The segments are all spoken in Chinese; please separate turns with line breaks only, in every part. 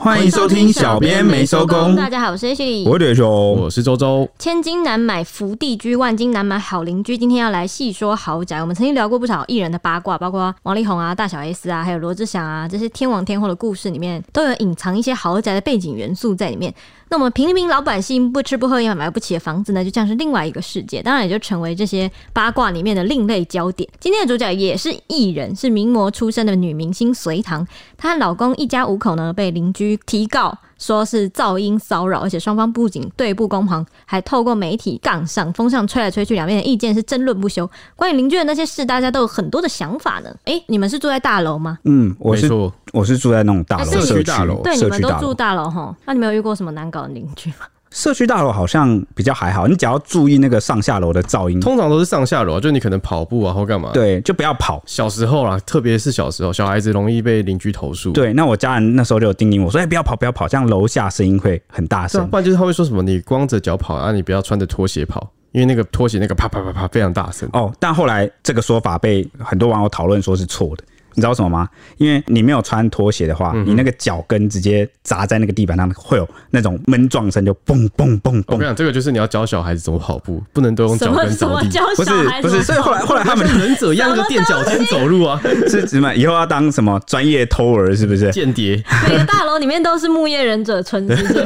欢迎收听小编没收工
大家好，我是 H
我
李。
是铁熊，
我是周周，
千金难买福地居，万金难买好邻居。今天要来细说豪宅。我们曾经聊过不少艺人的八卦，包括王力宏啊、大小 S 啊，还有罗志祥啊，这些天王天后的故事里面都有隐藏一些豪宅的背景元素在里面。那我们平民老百姓不吃不喝也买不起的房子呢，就像是另外一个世界，当然也就成为这些八卦里面的另类焦点。今天的主角也是艺人，是名模出身的女明星隋棠，她和老公一家五口呢被邻居提告。说是噪音骚扰，而且双方不仅对簿公堂，还透过媒体杠上，风向吹来吹去，两边的意见是争论不休。关于邻居的那些事，大家都有很多的想法呢。诶，你们是住在大楼吗？
嗯，我
没
是
错，
我是住在那种大
哎
楼
对
社
你
区
们
大楼
对，你
社
们
区
都
大
住
楼，
大楼吼，那你们有遇过什么难搞的邻居吗？
社区大楼好像比较还好，你只要注意那个上下楼的噪音，
通常都是上下楼啊，就你可能跑步啊或干嘛。，
对，就不要跑。
小时候啊，特别是小时候，小孩子容易被邻居投诉。，
对，那我家人那时候就有叮咛我说：“哎、不要跑，不要跑，这样楼下声音会很大
是啊，
声。
不然就是他会说什么你光着脚跑啊，你不要穿着拖鞋跑，因为那个拖鞋那个啪啪啪啪非常大声。
哦，但后来这个说法被很多网友讨论说是错的，你知道为什么吗？因为你没有穿拖鞋的话，
嗯
你那个脚跟直接砸在那个地板上，会有那种闷撞声，就嘣嘣嘣
我跟你
嘣。
讲，这个就是你要教小孩子怎么跑步，不能都用
什
脚
么
跟
什
着
么
地。
教
不是
小孩
不
子
是，所以后来后来他们
像忍者一样，那个垫脚尖走路啊，
是什么？以后要当什么专业偷儿是不是？
间谍，
每个大楼里面都是木叶忍者村，是不是？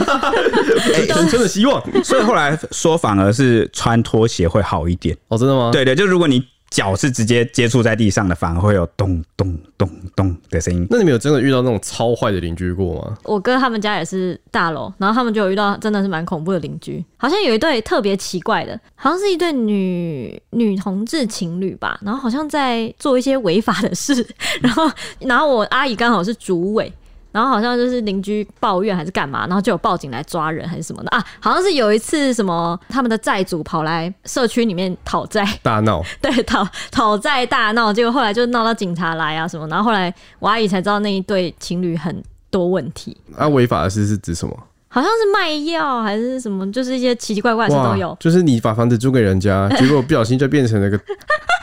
人生的希望。
所以后来说反而是穿拖鞋会好一点。
哦，真的吗？，
对对，就如果你脚是直接接触在地上的，反而会有咚咚咚咚的声音。
那你们有真的遇到那种超坏的邻居过吗？
我哥他们家也是大楼，然后他们就有遇到真的是蛮恐怖的邻居，好像有一对特别奇怪的，好像是一对女女同志情侣吧，然后好像在做一些违法的事，然后然后我阿姨刚好是主委。然后好像就是邻居抱怨还是干嘛，然后就有报警来抓人还是什么的啊？好像是有一次什么他们的债主跑来社区里面讨债，
大闹，
对，讨讨债大闹，结果后来就闹到警察来啊什么，然后后来我阿姨才知道那一对情侣很多问题，
啊，违法的事是指什么？
好像是卖药还是什么，就是一些奇奇怪怪的事都有。
就是你把房子租给 人家，结果不小心就变成了个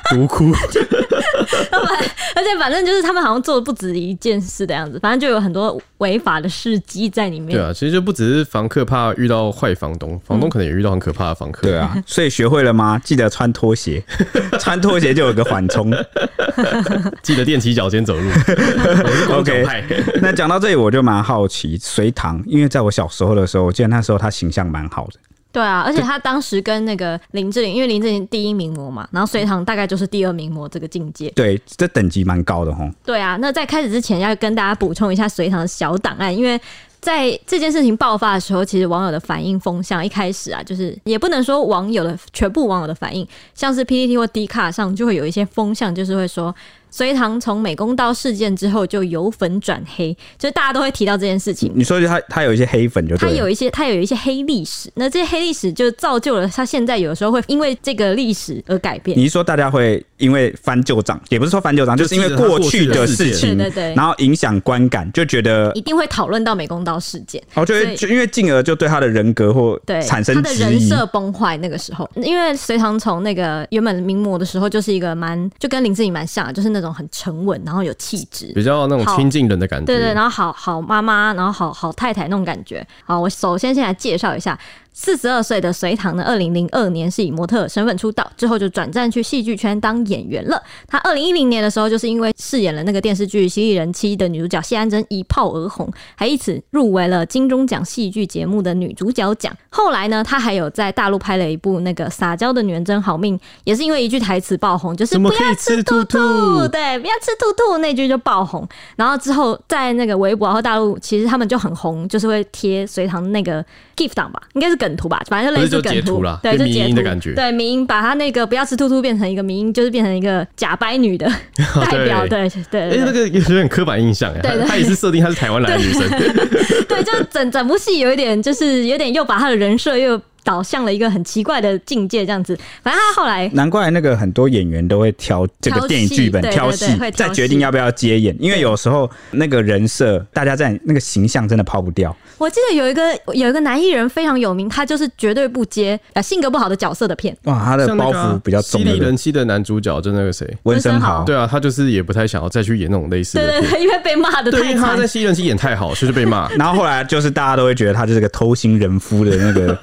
独窟。
而且反正就是他们好像做的不止一件事的样子，反正就有很多违法的事迹在里面。
对啊，其实就不只是房客怕遇到坏房东，
嗯
房东可能也遇到很可怕的房客。
对，啊，所以学会了吗？记得穿拖鞋，穿拖鞋就有个缓冲。
记得踮起脚尖走 路。我是光脚派。
那讲到这里，我就蛮好奇隋唐，因为在我小时候的时候，我记得那时候他形象蛮好的。
对啊，而且他当时跟那个林志玲，因为林志玲第一名模嘛，然后隋唐大概就是第二名模这个境界。
对，这等级蛮高的吼。
对啊，那在开始之前要跟大家补充一下隋唐的小档案，因为。在这件事情爆发的时候，其实网友的反应风向一开始啊，就是也不能说网友的全部网友的反应，像是 PPT 或 D 卡上就会有一些风向，就是会说隋唐从美工刀事件之后就由粉转黑，就是大家都会提到这件事情。
你说他他有一些黑粉就
他
嗯对
有
了。
一些，他有一些黑历史，那这些黑历史就造就了他现在有时候会因为这个历史而改变。
你是说大家会因为翻旧账，也不是说翻旧账，
就
就是因为
记得他
过
过
去
去的
的
事
事
件
情，
对对对
然后影响观感，就觉得
一定会讨论到美工刀事件，
哦，就
所
会
以
就因为进而就对他的人格或
对，
产生
他的
质
人
疑。
设崩坏。那个时候，因为隋唐从那个原本名模的时候，就是一个蛮就跟林志颖蛮像的，就是那种很沉稳，然后有气质。
比较那种亲近人的感觉。
对对，然后好好妈妈，然后好好太太那种感觉。好，我首先先来介绍一下，四十二岁的隋唐呢，二零零二年是以模特儿身份出道，之后就转战去戏剧圈当演员了。他二零一零年的时候，就是因为饰演了那个电视剧《犀利人妻》的女主角谢安珍一炮而红，还因此入围了金钟奖戏剧节目的女主角奖。后来呢，他还有在大陆拍了一部那个《撒娇的女人真好命》，也是因为一句台词爆红，就是
怎
不
么
要
可以
吃
吃
兔兔
兔兔，
对，不要吃兔兔那句就爆红。然后之后在那个微博和大陆，其实他们就很红，就是会贴隋唐那个 GIF 档吧，应该是梗图吧，反正就类似
不是就
梗
截
图
图啦
对，就
就迷
截
因
图
的感觉
对，迷音把他那个不要吃兔兔变成一个迷音，就是变成一个假掰女 的代表，对对对
哦哎，那
对
个有点刻板印象哎
对对，
她也是 设定她是台湾来的女生，
对，就整整部戏有一点就是有点又把他的人设又导向了一个很奇怪的境界，这样子。反正他后来
难怪那个很多演员都会挑这个电影剧本
挑
挑
戏
戏
对对对会，挑
再
戏
决定要不要接演，因为有时候那个人设，大家在那个形象真的抛不掉。
我记得有一个有一个男艺人非常有名，他就是绝对不接呃性格不好的角色的片。
哇，他的
像那
包
个啊
袱比较重
犀利
的哦
人妻的男主角就那个谁，
温
温
升
升豪
豪，
对啊，他就是也不太想要再去演那种类似
对
的片
对。对，因为被骂的
对，因
太
为他
惨
在。《犀利人妻》演太好，所以就 被骂。
然后后来就是大家都会觉得他就是个偷心人夫的那 个，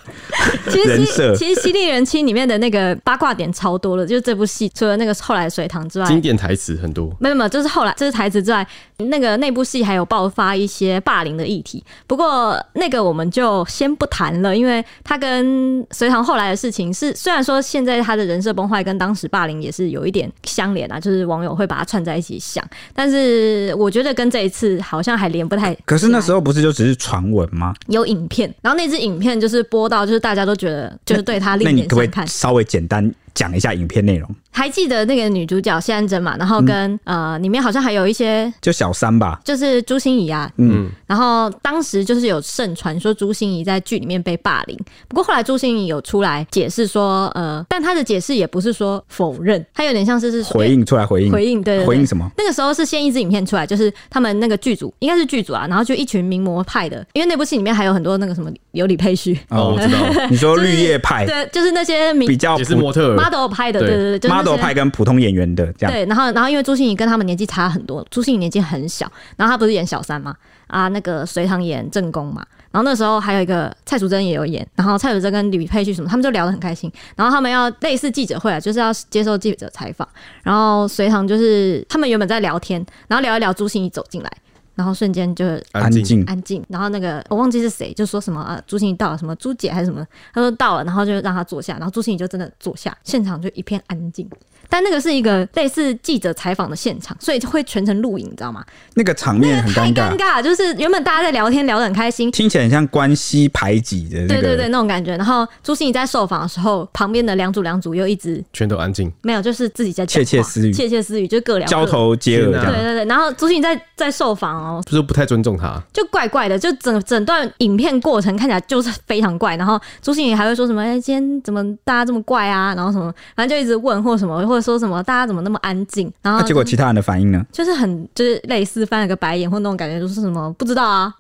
其实
人
犀
设
其实《犀利人妻》里面的那个八卦点超多了，就是这部戏除了那个后来的水塘之外，
经典台词很多，
没有没有，就是后来这是台词之外，那个那部戏还有爆发一些霸凌的议题。不过那个我们就先不谈了，因为他跟隋唐后来的事情是，虽然说现在他的人设崩坏跟当时霸凌也是有一点相连啊，就是网友会把它串在一起想，但是我觉得跟这一次好像还连不太起来。
可是那时候不是就只是传闻吗？
有影片，然后那支影片就是播到，就是大家都觉得就是对他
那
另
你
眼
可不可
相看
以。稍微简单讲一下影片内容？
还记得那个女主角谢安珍嘛？然后跟、
嗯
呃里面好像还有一些
就小三吧，
就是朱心怡啊，
嗯，
然后当时就是有盛传说朱心怡在剧里面被霸凌，不过后来朱心怡有出来解释说，呃，但她的解释也不是说否认，她有点像是是说
回应出来回应
回应对对对
回应什么？
那个时候是先一支影片出来，就是他们那个剧组应该是剧组啊，然后就一群名模派的，因为那部戏里面还有很多那个什么有李佩旭，
哦，我知 道，
你说
就是
绿叶派
对，就是那些名
哎比较
也是
普
模特儿，
model 拍的，对
对
对对，就是那些
model 派跟普通演员的这样，
对，然后然后因为朱心怡跟他们年纪差很多，朱心怡年纪很小，然后她不是演小三嘛，啊，那个隋唐演正宫嘛，然后那时候还有一个蔡淑珍也有演，然后蔡淑珍跟李佩旭什么，他们就聊得很开心，然后他们要类似记者会啊，就是要接受记者采访，然后隋唐就是他们原本在聊天，然后聊一聊朱心怡走进来，然后瞬间就
安
静，
静。
安静。然后那个我忘记是谁，就说什么啊，朱心怡到了，什么朱姐还是什么，他说到了，然后就让她坐下，然后朱心怡就真的坐下，现场就一片安静。但那个是一个类似记者采访的现场，所以就会全程录影，你知道吗？
那个场面很
太
尴
尴
尬，
尬了，啊就是原本大家在聊天聊得很开心，
听起来很像关系排挤的那
对对对，
个。
那种感觉。然后朱心怡在受访的时候，旁边的两组两组又一直
全都安静。
没有，就是自己在讲
窃
话
窃私语
窃窃私语就各聊各
交。头接耳这
对
样，
对对，然后朱心怡在在受访哦，
就是不太尊重他，
就怪怪的，就整整段影片过程看起来就是非常怪。然后朱星宇还会说什么：“哎、今天怎么大家这么怪啊？”然后什么，反正就一直问或什么，或者说什么大家怎么那么安静？然后
那
就、
啊结果其他人的反应呢？
就是很就是类似翻了个白眼或那种感觉，就是什么不知道啊。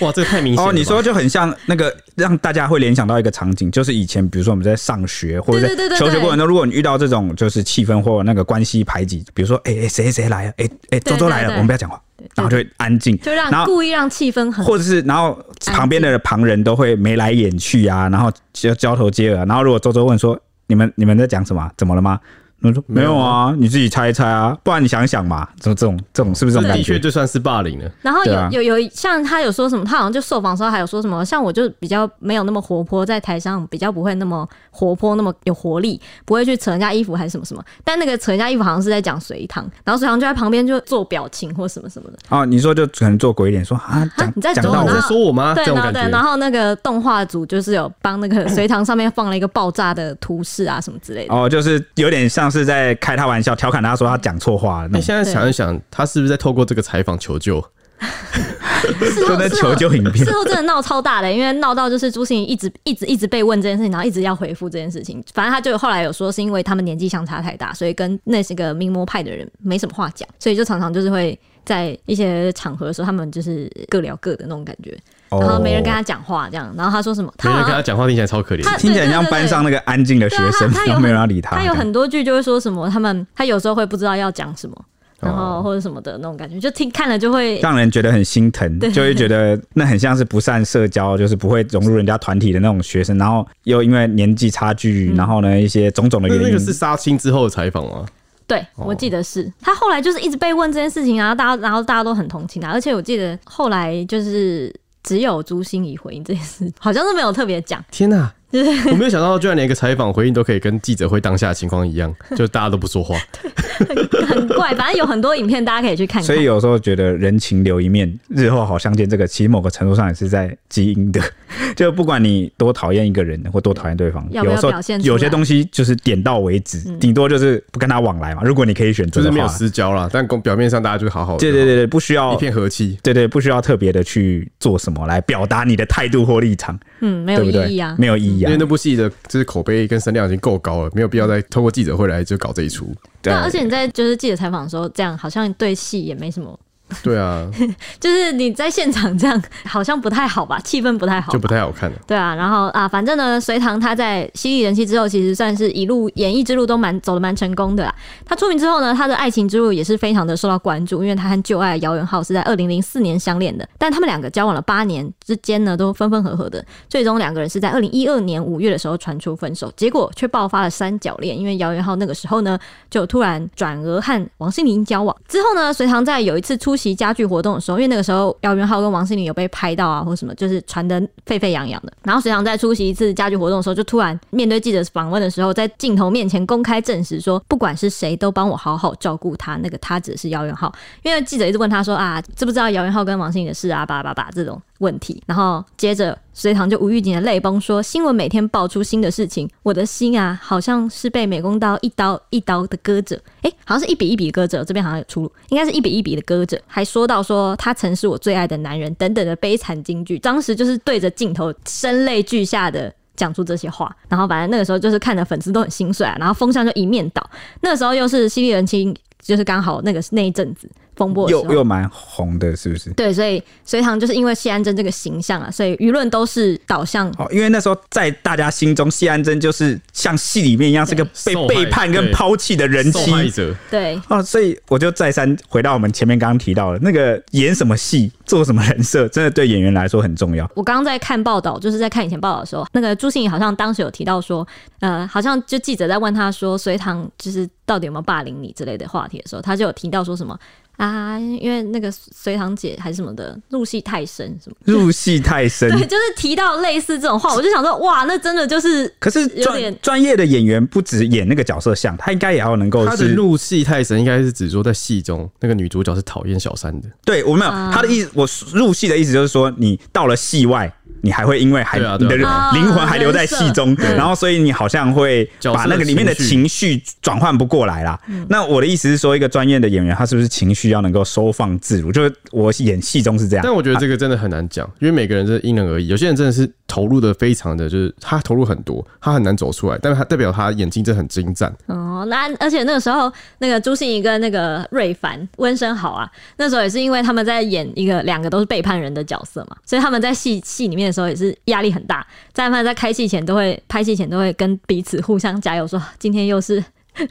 哇，这个太明显了
哦，
吧。
你说就很像那个让大家会联想到一个场景，就是以前比如说我们在上学或者
对对对对
在求学过程中，如果你遇到这种就是气氛或那个关系排挤，比如说哎哎谁谁来了，哎哎周周来
对
了，
对对
我们不要讲话，然后就会安静，
就
然
让
后
故意让气氛很
或者是然后旁边的旁人都会眉来眼去啊，然后交交头接耳，然后如果周周问说你们你们在讲什么啊、怎么了吗？我说没有啊，你自己猜一猜啊，不然你想想嘛，这种这种这种是不是这
这
种感
的确
觉？
就算是霸凌了。
然后有、
对啊
有有像他有说什么，他好像就受访的时候还有说什么，像我就比较没有那么活泼，在台上比较不会那么活泼，那么有活力，不会去扯人家衣服还是什么什么。但那个扯人家衣服好像是在讲隋唐，然后隋唐就在旁边就做表情或什么什么的。
哦，你说就可能做鬼脸说啊，讲
你在
讲
走
到
然
你
我
后
在说我
啊
吗？
对，
这种
然后
感
对，然
觉。
后那个动画组就是有帮那个隋唐上面放了一个爆炸的图示啊什么之类的。
哦，就是有点像是在开他玩笑，调侃他说他讲错话了那
你
种，
哎现在想一想，他是不是在透过这个采访求救？
事
就
后
在
事后
求救影片
事。后真的闹超大的，因为闹到就是朱心怡一直一直一直被问这件事情，然后一直要回复这件事情。反正他就后来有说，是因为他们年纪相差太大，所以跟那些个名模派的人没什么话讲，所以就常常就是会在一些场合的时候，他们就是各聊各的那种感觉，
哦
然后没人跟他讲话这样。然后他说什么？他
别人
好
跟
像
他讲话听起来超可怜。
他
听起来很像
对对对
班上那个安静的学生
对啊他他，有
然后没有人要理
他有
这样
很多句就会说什么，他们他有时候会不知道要讲什么，然后或者什么的那种感觉，就听看了就会
让人觉得很心疼，就会觉得那很像是不善社交，就是不会融入人家团体的那种学生，然后又因为年纪差距，
嗯
然后呢一些种种的
那
原
那个
因，
是杀青之后的采访吗？
对，
哦
我记得是他后来就是一直被问这件事情，啊然后大家然后大家都很同情啊他，而且我记得后来就是只有朱心怡回应这件事，好像是没有特别讲，
天哪、 我没有想到，居然连一个采访回应都可以跟记者会当下的情况一 样，就大家都不说话。
很怪，反正有很多影片大家可以去看看。
所以有时候觉得人情留一面，日后好相见，这个其实某个程度上也是在基因的， 就不管你多讨厌一个人或多讨厌对方，
要不要
有时候
表现出来嗯
有些东西就是点到为止，顶多就是不跟他往来嘛。如果你可以选
就
择
是
的
没有
话，
私交啦，但公表面上大家就是好好的，
对对对对，不需要
一片和气。
对对，不需要特别的去做什么来表达你的态度或立场，
嗯，没
对
有
不对
意义啊？。
没有意义啊
因为。那部戏的就是口碑跟声量已经够高了，没有必要再通过记者会来就搞这一出。
对
那而且你在就是记者采访的时候，这样好像对戏也没什么，
对啊，
就是你在现场这样好像不太好吧，气氛不太好
就。不太好看了。
对啊，然后啊，反正呢，隋唐他在犀利人气之后，其实算是一路演艺之路都蛮走的蛮成功的啦。他出名之后呢，他的爱情之路也是非常的受到关注，因为他和旧爱姚元浩是在二零零四年相恋的，但他们两个交往了八年之间呢，都分分合合的，最终两个人是在二零一二年五月的时候传出分手，结果却爆发了三角恋，因为姚元浩那个时候呢，就突然转而和王心凌交往。之后呢，隋唐在有一次出席家具活动的时候，因为那个时候姚元浩跟王心凌有被拍到啊，或什么，就是传得沸沸扬扬的。然后隋唐在出席一次家具活动的时候，就突然面对记者访问的时候，在镜头面前公开证实说，不管是谁都帮我好好照顾他，那个他指的是姚元浩。因为记者一直问他说啊，知不知道姚元浩跟王心凌的事啊，叭叭叭这种问题。然后接着隋唐就无预警的泪崩说，新闻每天爆出新的事情，我的心啊，好像是被美工刀一刀一刀的割着，诶，好像是一笔一笔割着，这边好像有出入，应该是一笔一笔的割着。还说到说他曾是我最爱的男人等等的悲惨金句，当时就是对着镜头声泪俱下的。讲出这些话，然后反正那个时候就是看着粉丝都很心碎啊，然后风向就一面倒。那个时候又是犀利人妻，就是刚好那个那一阵子风波的时候
又又蛮红的，是不是？
对，所以隋唐就是因为谢安贞这个形象啊，所以舆论都是导向
哦，因为那时候在大家心中，谢安贞就是像戏里面一样，是个被
受害
背叛跟
对
抛弃的人
受
妻
害者
对
哦，所以我就再三回到我们前面刚刚提到的那个演什么戏、做什么人设，真的对演员来说很 重要。
我刚刚在看报道，就是在看以前报道的时候，那个朱信怡好像当时有提到说，呃，好像就记者在问他说，隋唐就是到底有没有霸凌你之类的话题的时候，他就有提到说什么啊，因为那个隋唐姐还是什么的入戏太深什么，
入戏太 深，
对，就是提到类似这种话，我就想说，哇，那真的就是
可是
有
专
点
专业的演员不止演那个角色像，他应该也要能
哦
够
他的
是。
入戏太深，应该是指说在戏中那个女主角是讨厌小三的。
对我没有、
啊
他的意思，我入戏的意思就是说，你到了戏外，你还会因为还、
对啊
你
对啊
的
对
啊
灵魂还留在戏中，然后所以你好像会
角色
把那个里面的情绪转换不过来啦。
嗯
那我的意思是说，一个专业的演员，他是不是情绪要能够收放自如？就是我演戏中是这样，
但我觉得这个真的很难
啊
讲，因为每个人真的因人而异。有些人真的是投入的非常的，就是他投入很多，他很难走出来，但是他代表他眼睛真的很精湛。
哦，那而且那个时候，那个朱信怡跟那个瑞凡、温升豪啊，那时候也是因为他们在演一个两个都是背叛人的角色嘛，所以他们在戏戏里面的时候也是压力很大。在他们在开戏前都会拍戏前都会跟彼此互相加油说，啊今天又是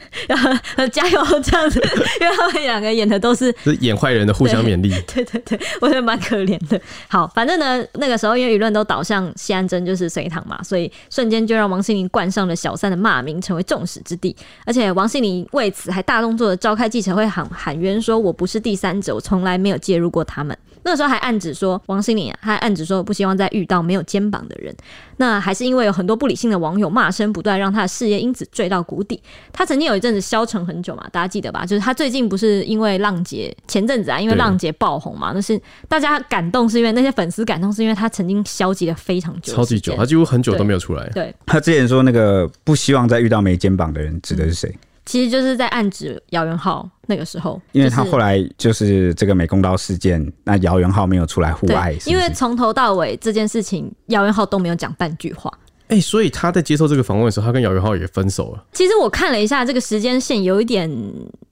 加油这样子，因为他们两个演的都是
就是演坏人的互相勉励，
对对对，我觉得蛮可怜的。好，反正呢，那个时候因为舆论都导向谢安贞就是隋唐嘛，所以瞬间就让王心凌冠上了小三的骂名，成为众矢之的。而且王心凌为此还大动作的召开记者会喊喊冤，说我不是第三者，我从来没有介入过他们。那个时候还暗指说王心凌、啊，还暗指说不希望再遇到没有肩膀的人。那还是因为有很多不理性的网友骂声不断，让他的事业因此坠到谷底。他曾经有一阵子消沉很久嘛，大家记得吧？就是他最近不是因为浪姐前阵子啊，因为
对
浪姐爆红嘛，那是大家感动是因为那些粉丝感动是因为他曾经消极了非常久的
超级
时
久，
间，
他几乎很久都没有出来。
对，
他之前说那个不希望再遇到没肩膀的人，指的是谁？
其实就是在暗指姚元浩那个时候，
因为他后
来。
来就是这个美工刀事件，那姚元浩没有出来护
对
爱，是不是
因为从头到尾这件事情，姚元浩都没有讲半句话。
哎、所以他在接受这个访问的时候，他跟姚元浩也分手了。
其实我看了一下这个时间线，有一点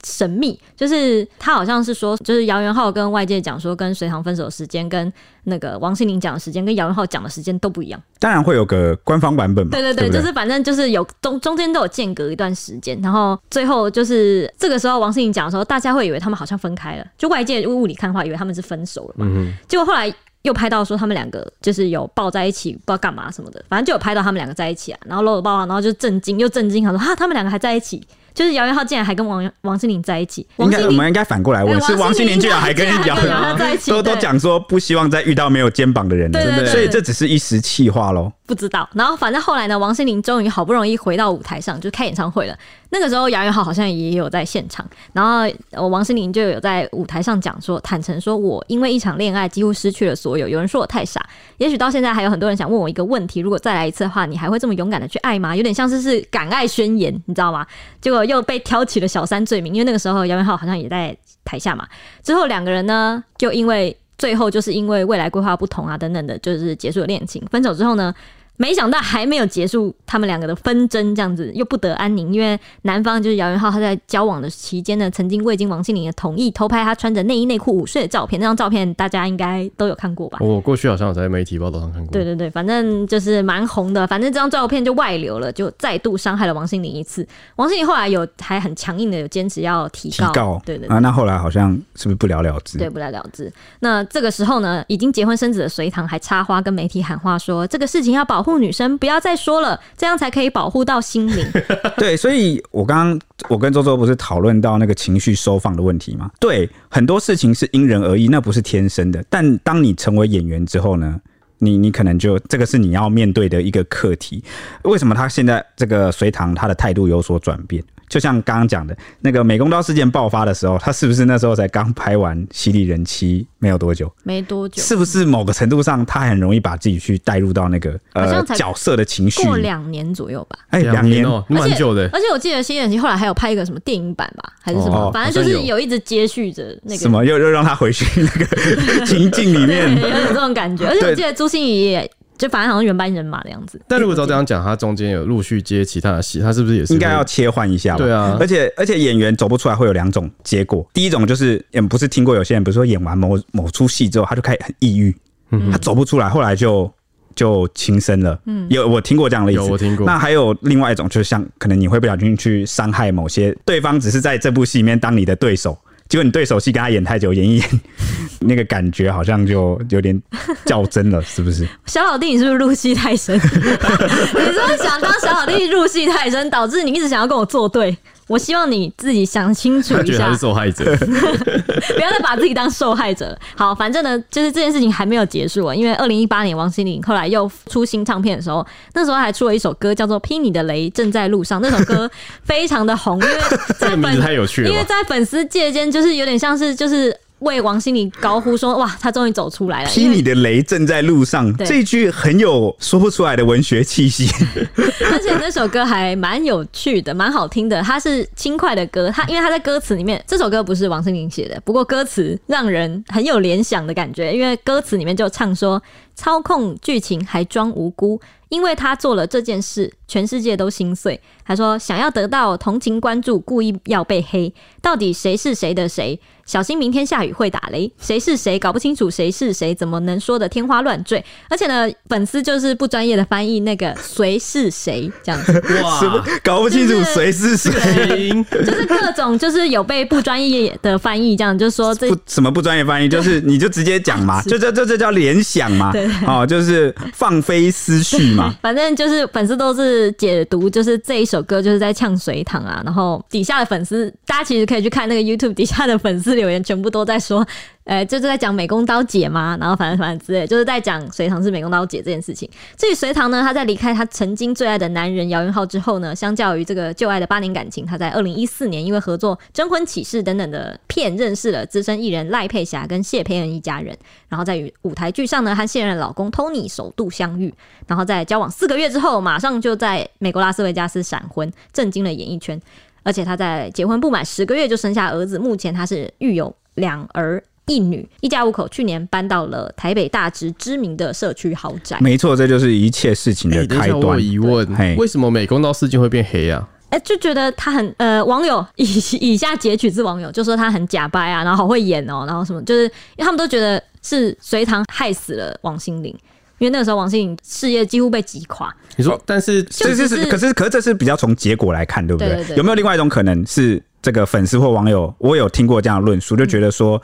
神秘，就是他好像是说，就是姚元浩跟外界讲说，跟隋唐分手的时间，跟那个王心凌讲的时间，跟姚元浩讲的时间都不一样。
当然会有个官方版本嘛，
对
对
对对，
不
就是反正就是有中中间都有间隔一段时间，然后最后就是这个时候王心凌讲的时候，大家会以为他们好像分开了，就外界物理看的话，以为他们是分手
嗯
了嘛。结果后来又拍到说他们两个就是有抱在一起，不知道干嘛什么的，反正就有拍到他们两个在一起啊，然后搂搂抱抱，然后就震惊又震惊，想说哈他们两个还在一起，就是姚元浩竟然还跟王王心凌在一起，
应
王
该
心
我
凌
们应该反过来
哎
问，是王心凌居然还跟
王心
姚元
凌居然还跟姚元
浩
浩在一起，
都都
对啊
讲说不希望再遇到没有肩膀的人了，
对对对
所以这只是一时气话喽。
不知道。然后反正后来呢，王心凌终于好不容易回到舞台上，就开演唱会了。那个时候杨元浩好像也有在现场，然后呃王心凌就有在舞台上讲说，坦诚说我因为一场恋爱几乎失去了所有。有人说我太傻，也许到现在还有很多人想问我一个问题：如果再来一次的话，你还会这么勇敢的去爱吗？有点像是是敢爱宣言，你知道吗？结果又被挑起了小三罪名，因为那个时候杨元浩好像也在台下嘛。之后两个人呢，就因为最后就是因为未来规划不同啊等等的，就是结束了恋情。分手之后呢，没想到还没有结束他们两个的纷争，这样子又不得安宁，因为男方就是姚元浩，他在交往的期间呢，曾经未经王心凌的同意偷拍他穿着内衣内裤午睡的照片，那张照片大家应该都有看过吧？
我过去好像有在媒体报道上看过。
对对对，反正就是蛮红的，反正这张照片就外流了，就再度伤害了王心凌一次。王心凌后来有还很强硬的有坚持要提
提
告，
告
对对对
啊，那后来好像是不是不了了之？
对，不了了之。那这个时候呢，已经结婚生子的隋唐还插花跟媒体喊话说，这个事情要保护女生，不要再说了，这样才可以保护到心灵。
对，所以我刚刚我跟周周不是讨论到那个情绪收放的问题吗？对，很多事情是因人而异，那不是天生的。但当你成为演员之后呢，你你可能就这个是你要面对的一个课题。为什么他现在这个隋唐他的态度有所转变？就像刚刚讲的那个美工刀事件爆发的时候，他是不是那时候才刚拍完《犀利人妻》没有多久？
没多久，
是不是某个程度上他很容易把自己去带入到那个
好
呃
像才
角色的情绪？
过两年左右吧。
哎，两年
哦，蛮久的。
而且我记得《新人期》后来还有拍一个什么电影版吧，还是什么，
哦
反正就
好
是
像
有一直接续着那
什
个。
么又又让他回去那 个情境里
对，
面。
有点这种感 觉，而且我
对
记得朱心怡也就反正好像原班人马的样子。
但如果照这样讲，他中间有陆续接其他的戏，他是不是也是
应该
会
要切换一下吧？
对啊
而且而且演员走不出来会有两种结果，第一种就是，嗯，不是听过有些人，比如说演完某某出戏之后，他就开始很抑郁，
嗯
他走不出来，后来就就轻生了。嗯，有我听过这样的例子，
有我听过
那还有另外一种，就是像可能你会不小心去伤害某些对方，只是在这部戏里面当你的对手，结果你对手戏跟他演太久，演一演， 那个感觉好像就有点较真了，是不是？
小老弟，你是不是入戏太深？你 是不是想当小老弟入戏太深，导致你一直想要跟我作对？我希望你自己想清楚
他
一
觉得他
下
是，受害 者，
不要再把自己当受害者了。好，反正呢，就是这件事情还没有结束啊，因为二零一八年王心凌后来又出新唱片的时候，那时候还出了一首歌叫做《劈你的雷正在路上》，那首歌非常的红，因为
这
在
个名字
粉
太有趣
因为
了吧？
在粉丝界间就是有点像是就是为王心凌高呼说哇，她终于走出来了，
劈
因为
你的雷正在路上，
对
这一句很有说不出来的文学气息。
而且那首歌还蛮有趣的，蛮好听的。它是轻快的歌，它因为它在歌词里面，这首歌不是王心凌写的，不过歌词让人很有联想的感觉，因为歌词里面就唱说操控剧情还装无辜，因为他做了这件事，全世界都心碎。他说想要得到同情关注，故意要被黑，到底谁是谁的谁？小心明天下雨会打雷，谁是谁搞不清楚谁是谁，怎么能说的天花乱坠？而且呢，粉丝就是不专业的翻译那个 谁是谁这样子，
什么
哇，
搞不清楚
就是
谁是谁，
行，
就是各种就是有被不专业的翻译这样，就是说这
不什么不专业翻译，就是你就直接讲嘛，就这这这叫联想嘛
对，
哦，就是放飞思绪嘛。
嗯反正就是粉丝都是解读，就是这一首歌就是在呛水塘啊，然后底下的粉丝，大家其实可以去看那个 YouTube 底下的粉丝留言，全部都在说， 呃，就是在讲美工刀姐嘛，然后反正反正之类，就是在讲隋唐是美工刀姐这件事情。至于隋唐呢，他在离开他曾经最爱的男人姚元浩之后呢，相较于这个旧爱的八年感情，他在二零一四年因为合作《征婚启事》等等的片，认识了资深艺人赖佩霞跟谢佩恩一家人，然后在与舞台剧上呢，和现任老公 Tony 首度相遇，然后在交往四个月之后，马上就在美国拉斯维加斯闪婚，震惊了演艺圈。而且她在结婚不满十个月就生下儿子，目前她是育有两儿一女，一家五口。去年搬到了台北大直知名的社区豪宅。
没错，这就是一切事情的
哎等一
开
下，我有
端。
疑问
嘿，
为什么美工刀事件会变黑啊？
哎、就觉得他很呃，网友以以下截取自网友就说他很假掰啊，然后好会演哦，然后什么，就是因为他们都觉得是隋唐害死了王心凌，因为那个时候王心凌事业几乎被击垮，
你说，但是
就
这
只
是
是
可是可是这是比较从结果来看，对不
对对对
有没有另外一种可能是这个粉丝或网友，我有听过这样的论述，
嗯
就觉得说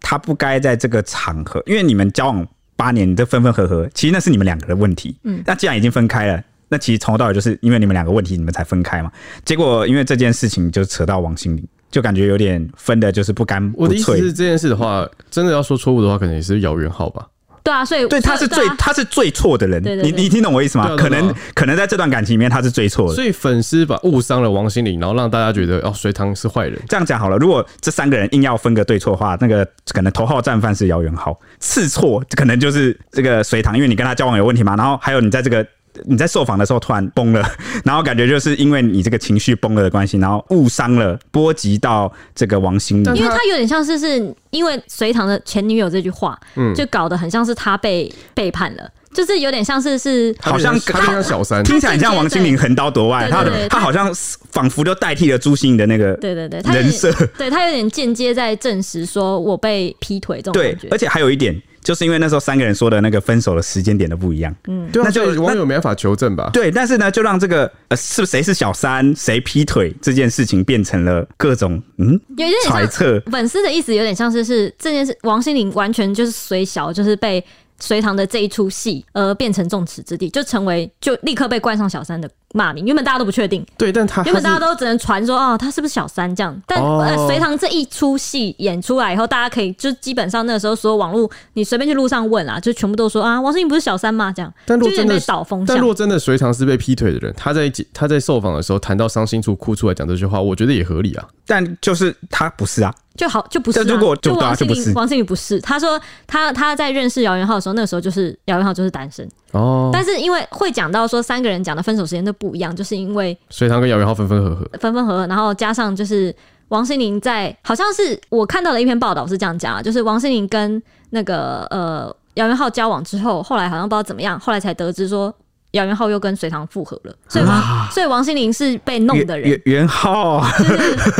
他不该在这个场合，因为你们交往八年，你这分分合合，其实那是你们两个的问题。嗯，那既然已经分开了。那其实从头到尾就是因为你们两个问题，你们才分开嘛。结果因为这件事情就扯到王心凌，就感觉有点分的就是不干不
我的意思
脆
是。这件事的话，真的要说错误的话，可能也是姚元浩吧。
对啊，所以
对，他是最
啊
他是最错的人。
对对
你
对
你听懂我意思吗？
对啊对
可
啊
能可能在这段感情里面他是最错的。
所以粉丝把误伤了王心凌，然后让大家觉得哦，隋唐是坏人。
这样讲好了，如果这三个人硬要分个对错的话，那个可能头号战犯是姚元浩，次错可能就是这个隋唐，因为你跟他交往有问题嘛。然后还有你在这个 你在受访的时候突然崩了，然后感觉就是因为你这个情绪崩了的关系，然后误伤了，波及到这个王心
但
凌。
因为
他
他有点像
嗯
是是因为隋唐的前女友这句话，就搞得很像是他被背叛了。就是有点像是是
他
好像
变成他变成小三，
听起来很像王心凌横刀夺爱，
对
她
对对
的
对
她好像仿佛就代替了朱心怡的那个
对对对，他有
人
点
设。
对他有点间接在证实说我被劈腿这种
对
感觉，
而。且还有一点，就是因为那时候三个人说的那个分手的时间点都不一样。
对啊，
那就
所以网友没办法求证吧？
对，但是呢，就让这个呃，是谁是小三，谁劈腿这件事情变成了各种嗯
有点
揣
像
测。
粉丝的意思有点像是是这件事，王心凌完全就是随小，就是被隋唐的这一出戏而变成众矢之的，就成为就立刻被冠上小三的骂名。原本大家都不确定，
对，但他
原本大家
都
都只能传说哦，他是不是小三这样。但、
哦
呃，隋唐这一出戏演出来以后，大家可以就基本上那个时候所有网络你随便去路上问啊，就全部都说啊，王心凌不是小三吗？这样，
但
就
若
有点
真的
被导风向
但。若真的隋唐是被劈腿的人，他在他在受访的时候谈到伤心处哭出来讲这句话，我觉得也合理啊。
但就是他不是啊，
就好就不是、啊，
但如果
就
就对啊
王心
就不是
凌，王心凌不是。他说他他在认识姚元浩的时候，那个时候就是姚元浩就是单身，
哦，
但是因为会讲到说三个人讲的分手时间都不一样，就是因为
隋唐跟姚元浩分分 合合，
分分合合，然后加上就是王心凌在，好像是我看到的一篇报道是这样讲啊，就是王心凌跟那个呃姚元浩交往之后，后来好像不知道怎么样，后来才得知说姚元浩又跟隋唐复合了，所以王、
啊
所以王心凌是被弄
袁
的人
袁，袁浩啊，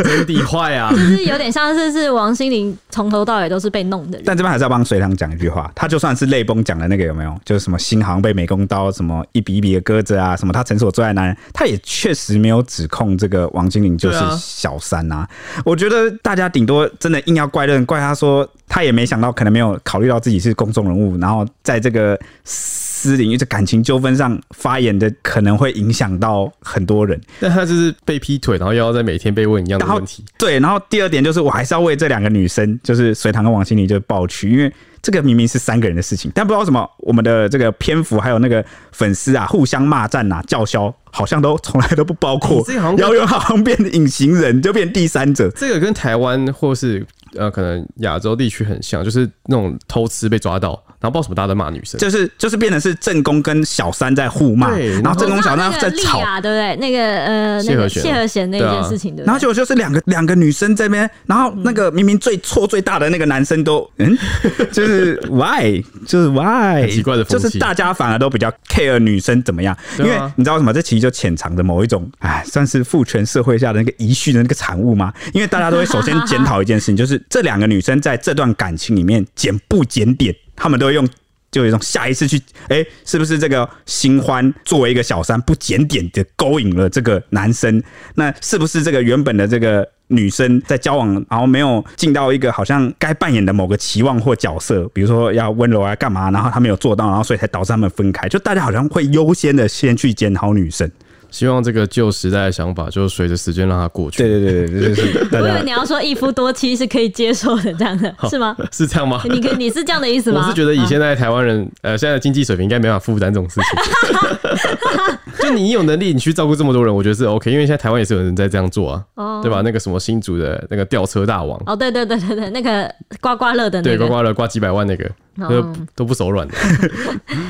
真地坏 啊！
就是有点像是是王心凌从头到尾都是被弄的人。
但这边还是要帮隋唐讲一句话，他就算是泪崩讲的那个有没有，就是什么新航被美工刀，什么一笔一笔的割着啊，什么他曾是我最爱的男人，他也确实没有指控这个王心凌就是
对啊
小三啊。我觉得大家顶多真的硬要怪人，怪他说他也没想到，可能没有考虑到自己是公众人物，然后在这个私领域这感情纠纷上发言的，可能会影响到很多人。
但他就是被劈腿，然后又要在每天被问一样的
然后
问题。
对，然后第二点就是，我还是要为这两个女生，就是隋唐跟王心凌，就是抱屈，因为这个明明是三个人的事情，但不知道为什么我们的这个篇幅还有那个粉丝啊，互相骂战啊、叫嚣，好像都从来都不包括
哦这个好像，跟
姚元好像变隐形人，就变第三者。
这个跟台湾或是呃可能亚洲地区很像，就是那种偷吃被抓到，然后不知道什么大家都骂女生。
就是就是变成是正宫跟小三在互骂，
对
然后正宫小
哦那
三在
个莉
吵，
亚对不对？那个呃，那
谢和
个
弦
谢和弦那
对啊
件事情，对不对？
然后结果就是两个两个女生这边，然后那个明明最错最大的那个男生都嗯， 就是 why 就是 why
很奇怪的
就
风气
是大家反而都比较 care 女生怎么样，因
对啊
为你知道为什么？这其实就潜藏着某一种哎，算是父权社会下的那个遗绪的那个产物吗？因为大家都会首先检讨一件事 情，就是这两个女生在这段感情里面检不检点，她们都会用。就有一种下一次去，哎、是不是这个新欢作为一个小三不检点的勾引了这个男生？那是不是这个原本的这个女生在交往，然后没有尽到一个好像该扮演的某个期望或角色，比如说要温柔啊干嘛，然后她没有做到，然后所以才导致他们分开？就大家好像会优先的先去检讨女生。
希望这个旧时代的想法，就随着时间让它过去。
对对对对，就是大
我以
家
为你要说一夫多妻是可以接受的，这样 的是吗？
是这样吗？
你可你是这样的意思
我
吗？
是觉得以
啊
现在台湾人，呃，现在的经济水平应该没办法负担这种事 情。就你有能力，你去照顾这么多人，我觉得是 OK。因为现在台湾也是有人在这样做啊，
哦
对吧？那个什么新竹的那个吊车大王，
哦，对对对对对，那个刮刮乐的那
对，刮
个。
刮乐刮几百万那个，
哦
都都不手软的。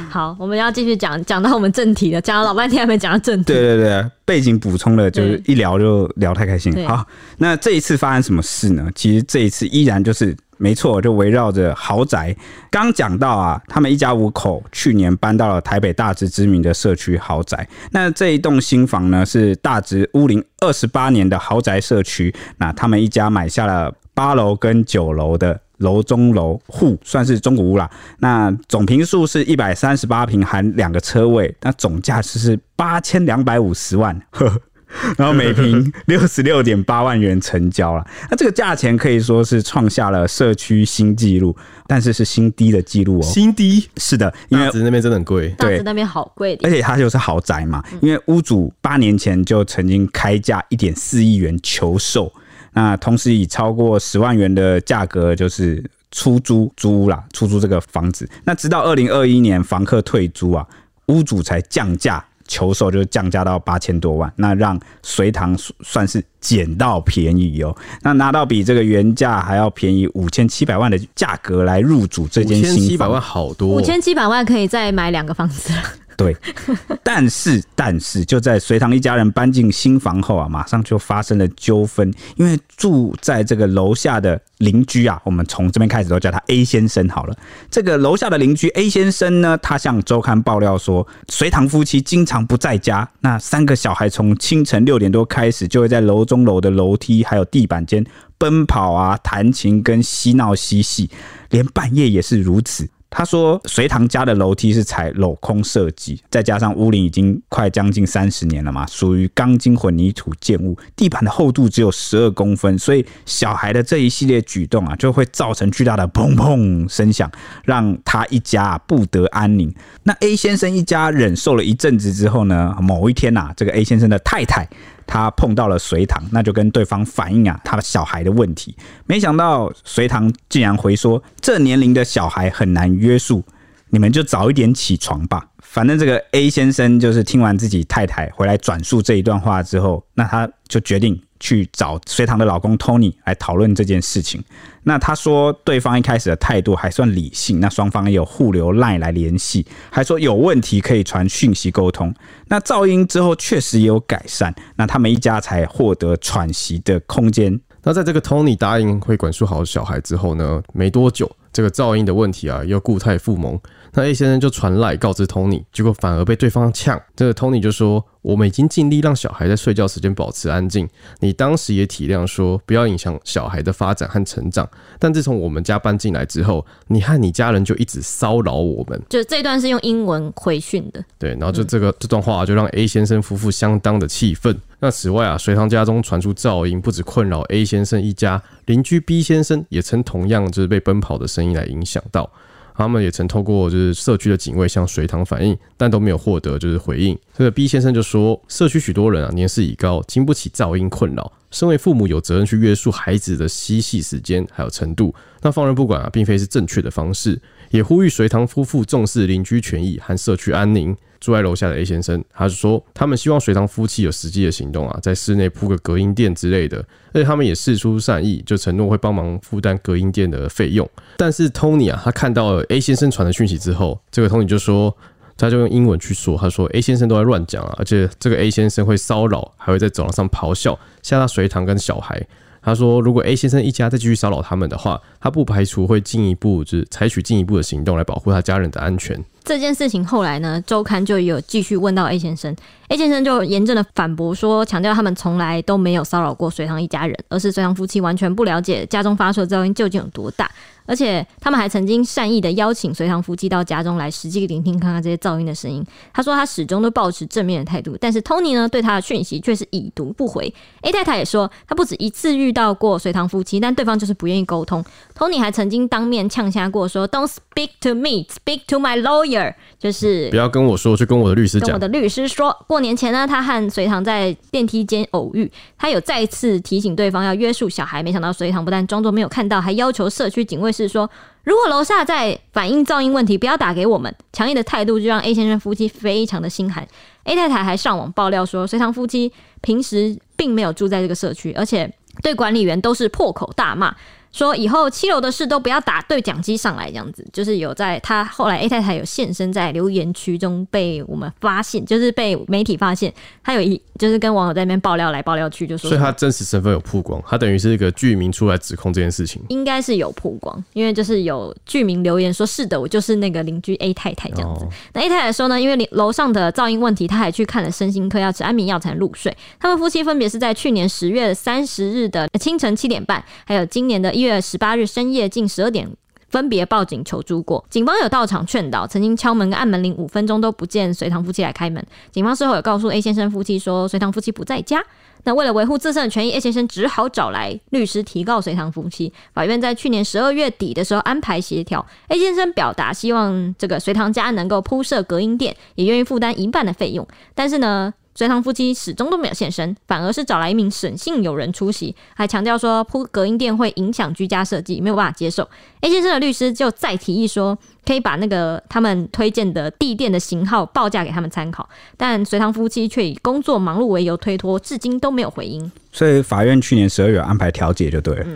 好，我们要继续讲讲到我们正题了，讲了老半天还没讲到正题。
对对对，背景补充了，就是一聊就聊太开心
对
了。好，那这一次发生什么事呢？其实这一次依然就是没错，就围绕着豪宅。刚讲到啊，他们一家五口去年搬到了台北大直知名的社区豪宅。那这一栋新房呢，是大直乌林二十八年的豪宅社区。那他们一家买下了八楼跟九楼的。楼中楼户算是中古屋啦，那总平数是一百三十八平，含两个车位，那总价值是八千两百五十万， 呵呵然后每平六十六点八万元成交了。那这个价钱可以说是创下了社区新纪录，但是是新低的记录哦。
新低，
是的，因为
大直那边真的很贵，
大
对
直那边好贵
而
的，
且它就是豪宅嘛，因为屋主八年前就曾经开价一点四亿元求售，那同时以超过十万元的价格就是出租租屋啦，出租这个房子。那直到二零二一年房客退租啊，屋主才降价求售，就是降价到八千多万，那让隋唐算是捡到便宜哦。那拿到比这个原价还要便宜五千七百万的价格来入主这
五
间
千
新
七百
房
万，好多、哦
五千七百万可以再买两个房子了。
对， 但是但是就在隋唐一家人搬进新房后啊，马上就发生了纠纷，因为住在这个楼下的邻居啊，我们从这边开始都叫他 A 先生好了。这个楼下的邻居 A 先生呢，他向周刊爆料说，隋唐夫妻经常不在家，那三个小孩从清晨六点多开始，就会在楼中楼的楼梯还有地板间奔跑啊、弹琴跟嬉闹嬉戏，连半夜也是如此。他说，隋唐家的楼梯是采镂空设计，再加上屋龄已经快将近三十年了嘛，属于钢筋混凝土建物，地板的厚度只有十二公分，所以小孩的这一系列举动啊，就会造成巨大的砰砰声响，让他一家啊不得安宁。那 A 先生一家忍受了一阵子之后呢，某一天呐、啊，这个 A 先生的太太他碰到了隋唐，那就跟对方反映啊他的小孩的问题。没想到隋唐竟然回说，这年龄的小孩很难约束，你们就早一点起床吧。反正这个 A 先生就是听完自己太太回来转述这一段话之后，那他就决定去找隋唐的老公 Tony 来讨论这件事情。那他说对方一开始的态度还算理性，那双方也有互留 LINE 来联系，还说有问题可以传讯息沟通。那噪音之后确实也有改善，那他们一家才获得喘息的空间。
那在这个 Tony 答应会管束好小孩之后呢，没多久，这个噪音的问题啊又固态复萌。那 A 先生就传来告知 Tony，结果反而被对方呛。这个 Tony 就说：“我们已经尽力让小孩在睡觉时间保持安静，你当时也体谅说不要影响小孩的发展和成长。但自从我们家搬进来之后，你和你家人就一直骚扰我们。”
就这段是用英文回训的，
对，然后就这个、这段话啊就让 A 先生夫妇相当的气愤。那此外啊，隋唐家中传出噪音，不止困扰 A 先生一家，邻居 B 先生也曾同样就是被奔跑的声音来影响到。他们也曾透过就是社区的警卫向隋唐反映，但都没有获得就是回应。这个 B 先生就说，社区许多人啊年事已高，经不起噪音困扰，身为父母有责任去约束孩子的嬉戏时间还有程度。那放任不管啊，并非是正确的方式，也呼吁隋唐夫妇重视邻居权益和社区安宁。住在楼下的 A 先生，他是说他们希望隋唐夫妻有实际的行动啊，在室内铺个隔音垫之类的，而且他们也示出善意，就承诺会帮忙负担隔音垫的费用。但是 Tony 啊，他看到了 A 先生传的讯息之后，这个 Tony 就说，他就用英文去说，他说 A 先生都在乱讲啊，而且这个 A 先生会骚扰，还会在走廊上咆哮，吓到隋唐跟小孩。他说，如果 A 先生一家再继续骚扰他们的话，他不排除会进一步就是采取进一步的行动来保护他家人的安全。
这件事情后来呢，周刊就有继续问到 A 先生，A 先生就严正的反驳说，强调他们从来都没有骚扰过隋唐一家人，而是隋唐夫妻完全不了解家中发出的噪音究竟有多大，而且他们还曾经善意的邀请隋唐夫妻到家中来实际聆听看看这些噪音的声音。他说他始终都保持正面的态度，但是 Tony 呢对他的讯息却是已读不回。A 太太也说，她不止一次遇到过隋唐夫妻，但对方就是不愿意沟通。Tony 还曾经当面呛下过说，Don't speak to me, speak to my lawyer，就是
不要跟我说，就跟我的律师
跟我
讲
的。律师说，过年前呢，他和隋唐在电梯间偶遇，他有再次提醒对方要约束小孩，没想到隋唐不但装作没有看到，还要求社区警卫室说，如果楼下在反映噪音问题，不要打给我们。强硬的态度就让 A 先生夫妻非常的心寒。A 太太还上网爆料说，隋唐夫妻平时并没有住在这个社区，而且对管理员都是破口大骂。说以后七楼的事都不要打对讲机上来，这样子就是有在他后来 A 太太有现身在留言区中被我们发现，就是被媒体发现，他有一就是跟网友在那边爆料来爆料去，就说
所以他真实身份有曝光，他等于是一个剧名出来指控这件事情。
应该是有曝光，因为就是有居民留言说是的，我就是那个邻居 A 太太这样子。
哦
那 A 太太说呢，因为邻楼上的噪音问题，她还去看了身心科，要吃安眠药才能入睡。他们夫妻分别是在去年十月三十日的清晨七点半，还有今年的一月十八日深夜近十二点。分别报警求助过，警方有到场劝导，曾经敲门跟按门铃五分钟都不见隋唐夫妻来开门。警方事后有告诉 A 先生夫妻说，隋唐夫妻不在家，那为了维护自身的权益，A 先生只好找来律师提告隋唐夫妻。法院在去年十二月底的时候安排协调，A 先生表达希望这个隋唐家能够铺设隔音垫，也愿意负担一半的费用。但是呢，隋唐夫妻始终都没有现身，反而是找来一名沈姓友人出席，还强调说铺隔音垫会影响居家设计，没有办法接受。A 先生的律师就再提议说，可以把那个他们推荐的地垫的型号报价给他们参考，但隋唐夫妻却以工作忙碌为由推脱，至今都没有回音。
所以法院去年十二月有安排调解就对了。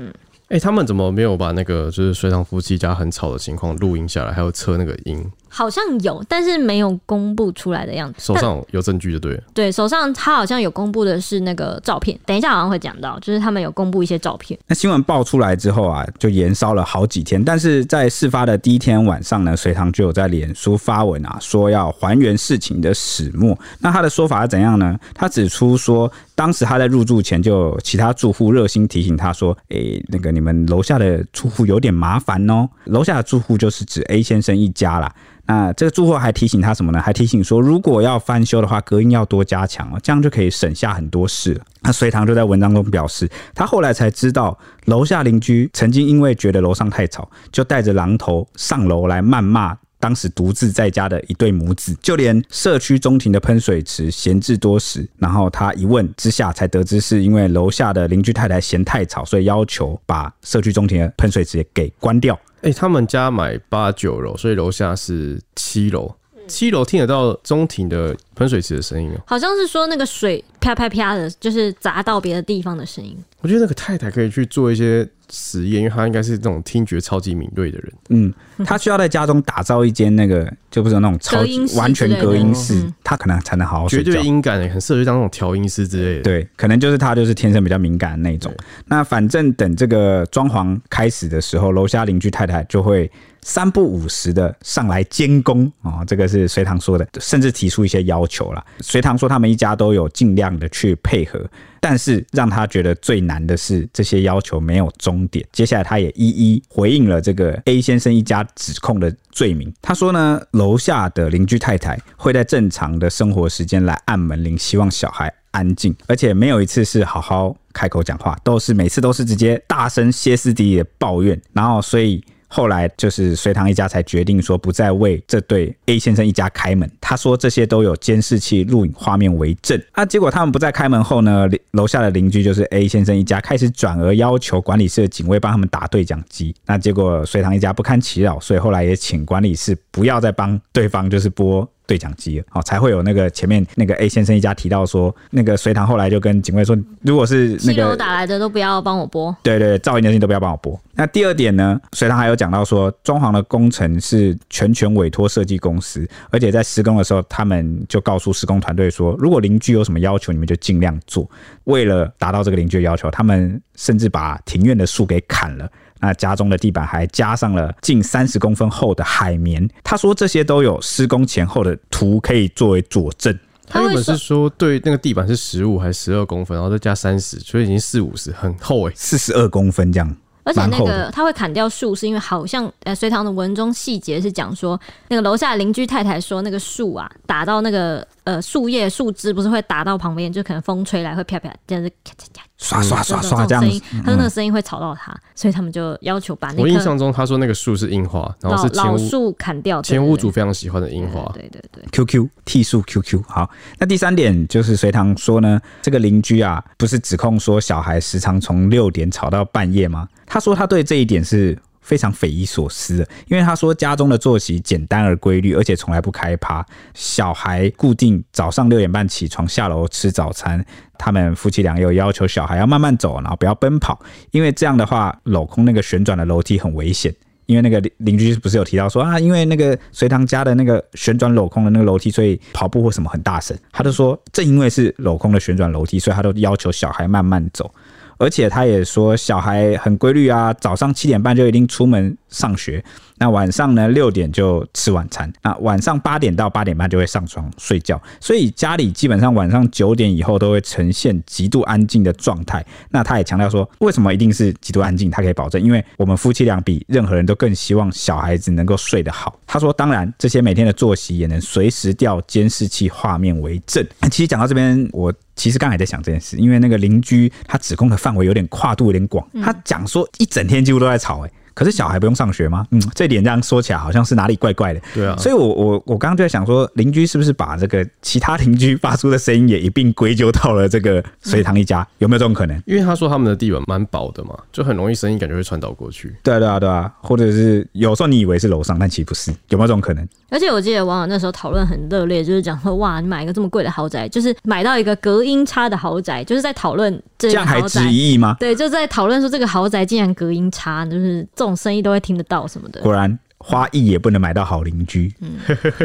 哎、他们怎么没有把那个就是隋唐夫妻家很吵的情况录音下来，还有测那个音？
好像有，但是没有公布出来的样子。
手上有证据就对了。
对，手上他好像有公布的是那个照片，等一下好像会讲到，就是他们有公布一些照片。
那新闻爆出来之后啊，就延烧了好几天。但是在事发的第一天晚上呢，隋唐就有在脸书发文啊，说要还原事情的始末。那他的说法是怎样呢？他指出说，当时他在入住前就有其他住户热心提醒他说：“诶、那个你们楼下的住户有点麻烦哦。”楼下的住户就是指 A 先生一家啦。那这个住户还提醒他什么呢？还提醒说，如果要翻修的话，隔音要多加强哦，这样就可以省下很多事了。那隋唐就在文章中表示，他后来才知道，楼下邻居曾经因为觉得楼上太吵，就带着榔头上楼来谩骂。当时独自在家的一对母子，就连社区中庭的喷水池闲置多时，然后他一问之下才得知，是因为楼下的邻居太太嫌太吵，所以要求把社区中庭的喷水池给关 掉。
哎、他们家买八九楼，所以楼下是七楼，七楼听得到中庭的喷水池的声音哦。
好像是说那个水啪啪啪的，就是砸到别的地方的声音。
我觉得那个太太可以去做一些实验，因为她应该是这种听觉超级敏锐的人。
嗯，他需要在家中打造一间那个，就不是有那种超
隔
级
音室
完全
之类的
隔音室
嗯，
他可能才能好好睡
绝
觉
对。音感、欸、很适合去当那种调音师之类的。，
对，可能就是他就是天生比较敏感的那种。那反正等这个装潢开始的时候，楼下邻居太太就会三不五时的上来监工啊、哦，这个是隋唐说的，甚至提出一些要求啦。隋唐说他们一家都有尽量的去配合，但是让他觉得最难的是这些要求没有终点。接下来他也一一回应了这个 A 先生一家指控的罪名。他说呢，楼下的邻居太太会在正常的生活时间来按门铃，希望小孩安静，而且没有一次是好好开口讲话，都是每次都是直接大声歇斯底里的抱怨，然后所以。后来就是隋唐一家才决定说不再为这对 A 先生一家开门。他说这些都有监视器录影画面为证。啊，结果他们不再开门后呢，邻楼下的邻居就是 A 先生一家开始转而要求管理室的警卫帮他们打对讲机。那结果隋唐一家不堪其扰，所以后来也请管理室不要再帮对方就是播对讲机了，哦，才会有那个前面那个 A 先生一家提到说，那个隋唐后来就跟警卫说，如果是那
七楼
个
打来的都不要帮我播，
对对，对噪音的事情都不要帮我播。那第二点呢，隋唐还有讲到说，装潢的工程是全权委托设计公司，而且在施工的时候，他们就告诉施工团队说，如果邻居有什么要求，你们就尽量做。为了达到这个邻居的要求，他们甚至把庭院的树给砍了。那家中的地板还加上了近三十公分厚的海绵，他说这些都有施工前后的图可以作为佐证。
他原本是说对那个地板是十五还是十二公分，然后再加三十，所以已经四五十，很厚哎、
四十二公分这样，
而且那
蛮厚
个
的
他会砍掉树，是因为好像呃，隋唐的文中细节是讲说，那个楼下邻居太太说那个树啊，打到那个呃树叶树枝不是会打到旁边，就可能风吹来会啪啪，就是咔嚓咔嚓
刷刷啊刷刷
这
这
种
样
声
子嗯
音，，他说那个声音会吵到他，所以他们就要求把那
我印
棵
象中他说那个树是樱花，然后
老
是前
老
屋
树砍掉，对
前屋主非常喜欢的樱
对对
花。
对对对对，
QQ 替数 QQ。好，那第三点就是隋唐说呢，这个邻居啊，不是指控说小孩时常从六点吵到半夜吗？他说他对这一点是。非常匪夷所思的，因为他说家中的作息简单而规律，而且从来不开趴。小孩固定早上六点半起床下楼吃早餐，他们夫妻俩又要求小孩要慢慢走，然后不要奔跑，因为这样的话镂空那个旋转的楼梯很危险。因为那个邻邻居不是有提到说啊，因为那个隋唐家的那个旋转镂空的那个楼梯，所以跑步或什么很大声。他就说，正因为是镂空的旋转楼梯，所以他都要求小孩慢慢走。而且他也说，小孩很规律啊，早上七点半就一定出门上学，那晚上呢六点就吃晚餐，那晚上八点到八点半就会上床睡觉，所以家里基本上晚上九点以后都会呈现极度安静的状态。那他也强调说，为什么一定是极度安静？他可以保证，因为我们夫妻俩比任何人都更希望小孩子能够睡得好。他说，当然这些每天的作息也能随时调监视器画面为证。其实讲到这边，我其实刚才在想这件事，因为那个邻居他指控的范围有点跨度有点广，他讲说一整天几乎都在吵、欸，可是小孩不用上学吗？嗯，这点这样说起来好像是哪里怪怪的。
对啊
所以我我我刚刚就在想说，邻居是不是把这个其他邻居发出的声音也一并归咎到了这个隋唐一家？有没有这种可能？
因为他说他们的地板蛮薄的嘛，就很容易声音感觉会传导过去。
对啊，对啊，对啊，或者是有时候你以为是楼上，但其实不是，有没有这种可能？
而且我记得网友那时候讨论很热烈，就是讲说哇，你买一个这么贵的豪宅，就是买到一个隔音差的豪宅，就是在讨论
这
这个
样还
豪
质
宅。
疑吗？
对，就在讨论说这个豪宅竟然隔音差，就是这种声音都会听得到什么的。
果然花艺也不能买到好邻居。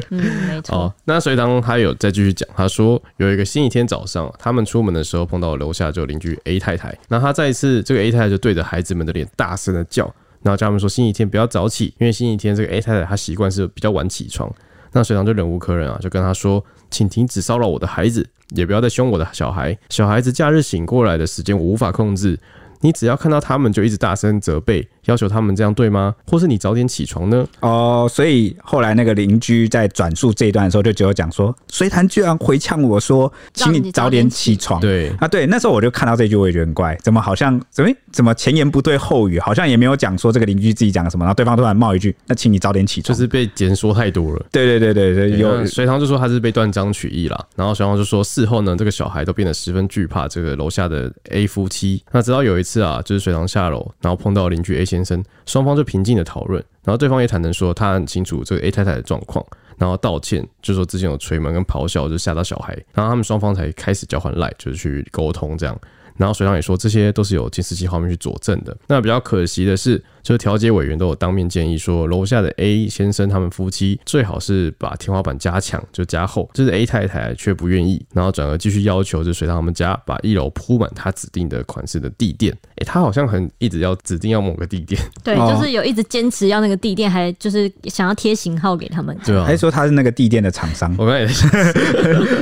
嗯，没
哦
错，，
那隋唐还有再继续讲，他说有一个星期天早上，他们出门的时候碰到楼下就邻居 A 太太，那他再一次这个 A 太太就对着孩子们的脸大声的叫，然后叫他们说星期天不要早起，因为星期天这个 A 太太她习惯是比较晚起床。那隋唐就忍无可忍啊，就跟他说，请停止骚扰我的孩子，也不要再凶我的小孩，小孩子假日醒过来的时间我无法控制。你只要看到他们就一直大声责备，要求他们这样对吗？或是你早点起床呢？
哦，所以后来那个邻居在转述这一段的时候，就只有讲说，隋谈居然回呛我说，请
让
你
你早
早点
点
起
起
床。
对，
啊，对，那时候我就看到这句，我也觉得很怪，怎么好像怎么怎么前言不对后语，好像也没有讲说这个邻居自己讲了什么，然后对方突然冒一句，那请你早点起
就
床。
是被简说太多了。
对对对对对，有
有隋唐就说他是被断章取义啦，然后隋唐就说事后呢，这个小孩都变得十分惧怕这个楼下的 A 夫妻。那直到有一次啊，就是隋唐下楼，然后碰到邻居 A 先生，双方就平静的讨论，然后对方也坦诚说他很清楚这个 A 太太的状况，然后道歉，就说之前有捶门跟咆哮，就吓到小孩，然后他们双方才开始交换赖，就是去沟通这样。然后水上也说，这些都是有监视器画面去佐证的。那比较可惜的是，就是调解委员都有当面建议说，楼下的 A 先生他们夫妻最好是把天花板加强，就加厚。这是 A 太太却不愿意，然后转而继续要求，就是水上他们家把一楼铺满他指定的款式的地垫。诶，他好像很一直要指定要某个地垫，
对，
哦
就是有一直坚持要那个地垫，还就是想要贴型号给他们。
对吧、
还说他是那个地垫的厂商，
我刚才也在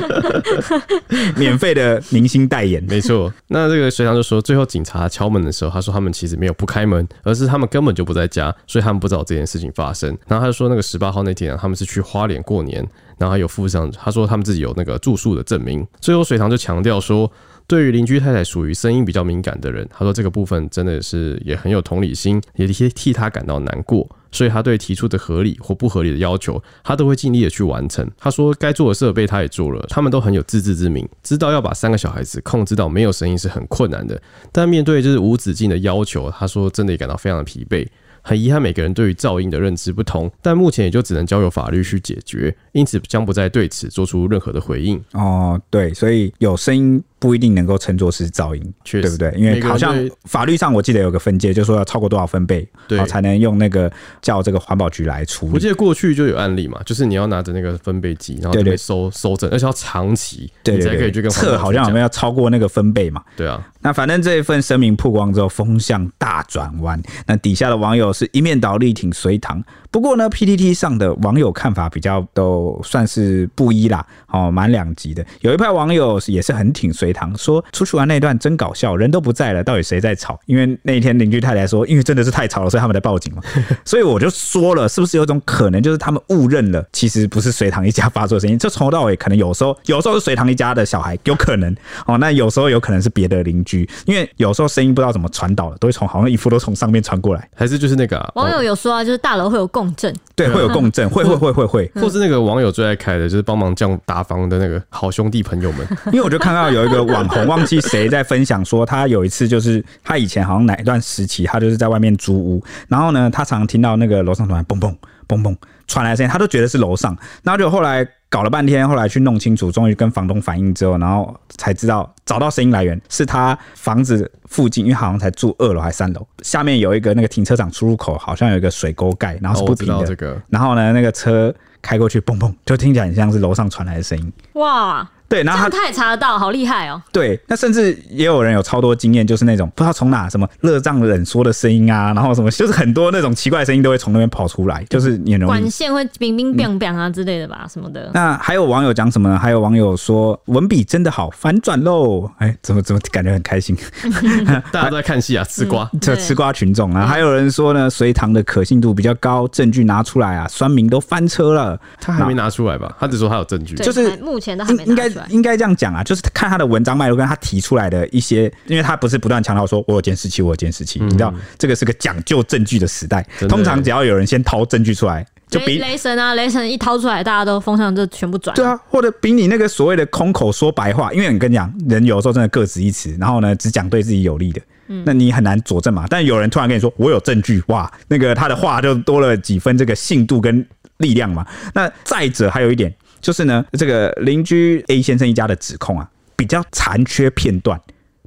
免费的明星代言。
没错， 那这个学长就说，最后警察敲门的时候，他说他们其实没有不开门，而是他们根本就不在家，所以他们不知道这件事情发生。然后他就说，那个十八号那天、啊，他们是去花莲过年，然后还有附上他说他们自己有那个住宿的证明。最后水堂就强调说。对于邻居太太属于声音比较敏感的人，他说这个部分真的是也很有同理心，也替替他感到难过，所以他对提出的合理或不合理的要求，他都会尽力的去完成。他说该做的设备他也做了，他们都很有自知之明，知道要把三个小孩子控制到没有声音是很困难的，但面对就是无止境的要求，他说真的也感到非常的疲惫。很遗憾，每个人对于噪音的认知不同，但目前也就只能交由法律去解决，因此将不再对此做出任何的回应。
哦，对，所以有声音不一定能够称作是噪音，
确
对
实
不对？因为
每个人
好像
对
法律上我记得有个分界，就说要超过多少分贝，
对
哦才能用那个叫这个环保局来处
我
理。
记得过去就有案例嘛，就是你要拿着那个分贝机，然后就
对对
被收收证，而且要长期，
对
你才
对
可以
对，
去跟环保
测
局
好像我
讲
们要超过那个分贝嘛。
对啊，
那反正这一份声明曝光之后，风向大转弯。那底下的网友是一面倒力挺隋唐，不过呢，PTT 上的网友看法比较都算是不一啦，哦，蛮两极的。有一派网友也是很挺隋唐，说出去玩那段真搞笑，人都不在了，到底谁在吵？因为那一天邻居太太说，因为真的是太吵了，所以他们来报警嘛。所以我就说了，是不是有种可能，就是他们误认了，其实不是隋唐一家发出的声音，这从头到尾可能有时候有时候是隋唐一家的小孩，有可能哦，那有时候有可能是别的邻居，因为有时候声音不知道怎么传导了，都会从好像一副都从上面传过来，
还是就是那个、啊、
网友有说啊，就是大楼会有共振，
对，会有共振，会会会会会，
哦或是那个网友最爱开的，就是帮忙降打房的那个好兄弟朋友 们，
因 为我就看到有一个网红，忘记谁在分享说，他有一次就是他以前好像哪一段时期，他就是在外面租屋，然后呢，他常听到那个楼上突然嘣嘣嘣嘣传来声音，他都觉得是楼上，然后就后来搞了半天，后来去弄清楚，终于跟房东反映之后，然后才知道找到声音来源是他房子附近，因为好像才住二楼还三楼，下面有一个那个停车场出入口，好像有一个水沟盖，然后
哦，
是
我
不
知
平
道
的，
这个，
然后呢，那个车开过去嘣嘣，就听起来很像是楼上传来的声音。
哇，
对，
这
然后他
样他也查得到，好厉害哦！
对，那甚至也有人有超多经验，就是那种不知道从哪什么热胀冷缩的声音啊，然后什么就是很多那种奇怪的声音都会从那边跑出来，就是你很容易
管线会冰冰冰冰啊之类的吧，什么的。
那还有网友讲什么呢？还有网友说文笔真的好，反转喽！哎，怎么怎么感觉很开心？
大家都在看戏啊，吃瓜。
这
对
吃瓜群众啊，还有人说呢，隋唐的可信度比较高，证据拿出来啊，酸民都翻车了。
他还没拿出来吧？他只说他有证据，
对
就是
还目前都还
应
没
应
拿
该
出来。
应该这样讲啊，就是看他的文章脉络跟他提出来的一些，因为他不是不断强调说我有监视器，我有监视器，你知道这个是个讲究证据的时代，
嗯真的
通常只要有人先掏证据出来，就
雷
比
雷神啊，雷神一掏出来，大家都风向就全部转。
对，啊，或者比你那个所谓的空口说白话，因为你跟你讲，人有时候真的各执一词，然后呢只讲对自己有利的，那你很难佐证嘛。但有人突然跟你说我有证据，哇，那个他的话就多了几分这个信度跟力量嘛。那再者还有一点就是呢，这个邻居 A 先生一家的指控啊，比较残缺片段，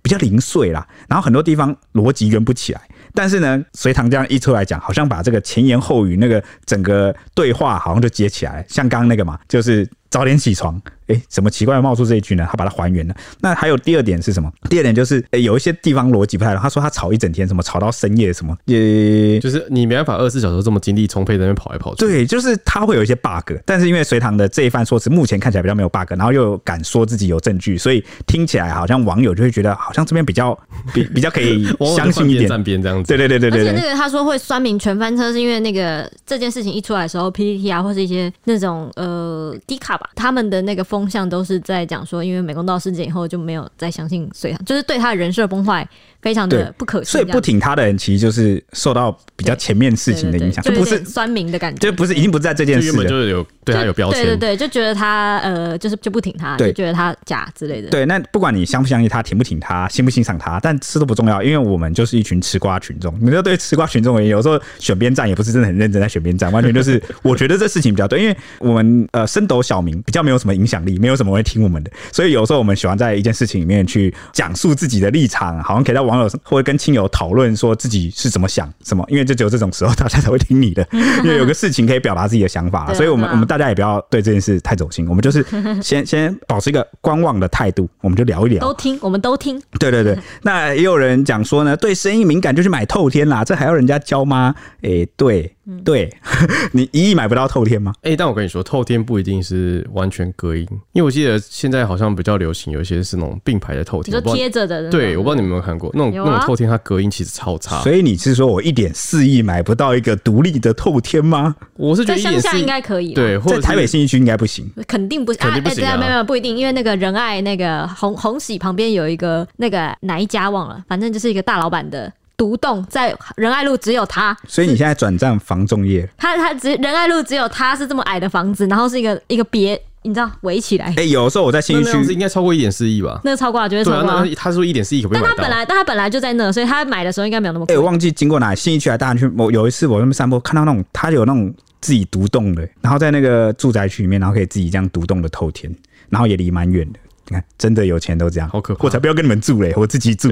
比较零碎啦，然后很多地方逻辑圆不起来。但是呢，隋唐这样一出来讲，好像把这个前言后语那个整个对话好像就接起来，像刚刚那个嘛，就是早点起床。诶，怎么奇怪地冒出这一句呢？他把它还原了。 那还有第二点是什么？第二点就是，诶，有一些地方逻辑不太好。他说他吵一整天，什么吵到深夜，什么也
就是你没办法二十四小时这么精力充沛在那边跑来跑去。
对，就是他会有一些 bug，但是因为隋唐的这一番说辞目前看起来比较没有 bug，然后又敢说自己有证据，所以听起来好像网友就会觉得好像这边比较比比较可以
往往就
相信
换
一
边
点。
站边这样子。
对对对对对
而且
对
那个他说会酸民全翻车，是因为那个这件事情一出来的时候，PPT 啊或是一些那种呃低卡吧，他们的那个风向都是在讲说，因为美工道事件以后就没有再相信隋唐，就是对他的人设崩坏非常
对
的不可信
所
这
以
样，
不挺他的人其实就是受到比较前面事
对
情的
对对
影响，
就
就
有
不
点
是
酸民的感觉，
就不是已经不是在这件
就
事
原本
了。
就有对他有标
对对
签，
对，就觉得他呃就是就不挺他，
对
就觉得他假之类的，
对，啊那不管你相不相信他，挺不挺他，欣不欣赏他，但这都不重要，因为我们就是一群吃瓜群众。你要对吃瓜群众而言，有时候选边站也不是真的很认真在选边站，完全就是我觉得这事情比较对，因为我们呃深斗小民比较没有什么影响力，没有什么人会听我们的，所以有时候我们喜欢在一件事情里面去讲述自己的立场，好像可以在网友或者跟亲友讨论说自己是怎么想什么，因为就只有这种时候大家才会听你的，因为有个事情可以表达自己的想法啦，
对啊
所以我们
对啊
我们大家也不要对这件事太走心，我们就是 先先保持一个观望的态度，我们就聊一
都
聊。
听，我们都听，
对对 对，那也有人讲说呢，对生意敏感就去买透天啦，这还要人家教吗？诶、对
嗯
对， 你一亿买不到透天吗？
哎、但我跟你说，透天不一定是完全隔音，因为我记得现在好像比较流行有一些是那种并排的透
你
天，
说
我不知道
贴着的那种，
对，我不知道你们有没有看过那种、
有啊
那种透天，它隔音其实超差。
所以你是说我一点四亿买不到一个独立的透天吗？
我是
在
觉得一
乡
点
下应
是，
该可以，
对，或者
在台北
是
信义区应该不行。
肯定不是
肯定不行啊
哎对没有没有不一定，因为那个仁爱那个红红喜旁边有一个那个哪一家忘了，反正就是一个大老板的独栋，在仁爱路只有他，
所以你现在转战房仲 业，
他他只仁爱路只有他是这么矮的房子，然后是一个一个别，你知道围起来，
诶、有时候我在信
那
义
那样子
区，
应该超过一点四亿吧？
那个超过啊，绝对
对
超
啊，
过啊。
那那他说一点四亿可不可
但
以
他
买
本
到？
来，但他本来就在那，所以他买的时候应该没有那么
诶、
贵。
我忘记经过哪，信义区还是啊大安区，我有一次我在那边散步，看到那种他有那种自己独栋的，然后在那个住宅区里面，然后可以自己这样独栋的透天，然后也离蛮远的。你看，真的有钱都这样，
好可怕
我才不要跟你们住嘞，我自己住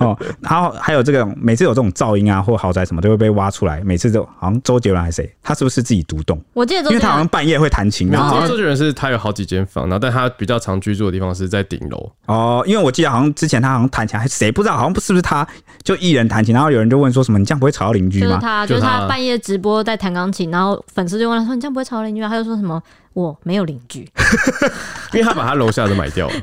哦。然后还有这个，每次有这种噪音啊或豪宅什么都会被挖出来，每次都好像周杰伦还是谁，他是不是自己独栋？
我记得
因为
周杰
他好像
伦，
半夜会弹琴，啊
没
然
有
后好
周
像
周杰伦是他有好几间房，然后但他比较常居住的地方是在顶楼，
哦，因为我记得好像之前他好像弹琴，还谁不知道，好像不是不是他，就一人弹琴，然后有人就问说什么你这样不会吵到邻居
就是
吗？
他，
就
就是是
他
他半夜直播在弹钢琴，然后粉丝就问他说：“你这样不会吵到邻居吗？”他就说什么：“我没有邻居。
因为他把他楼下都买掉了。”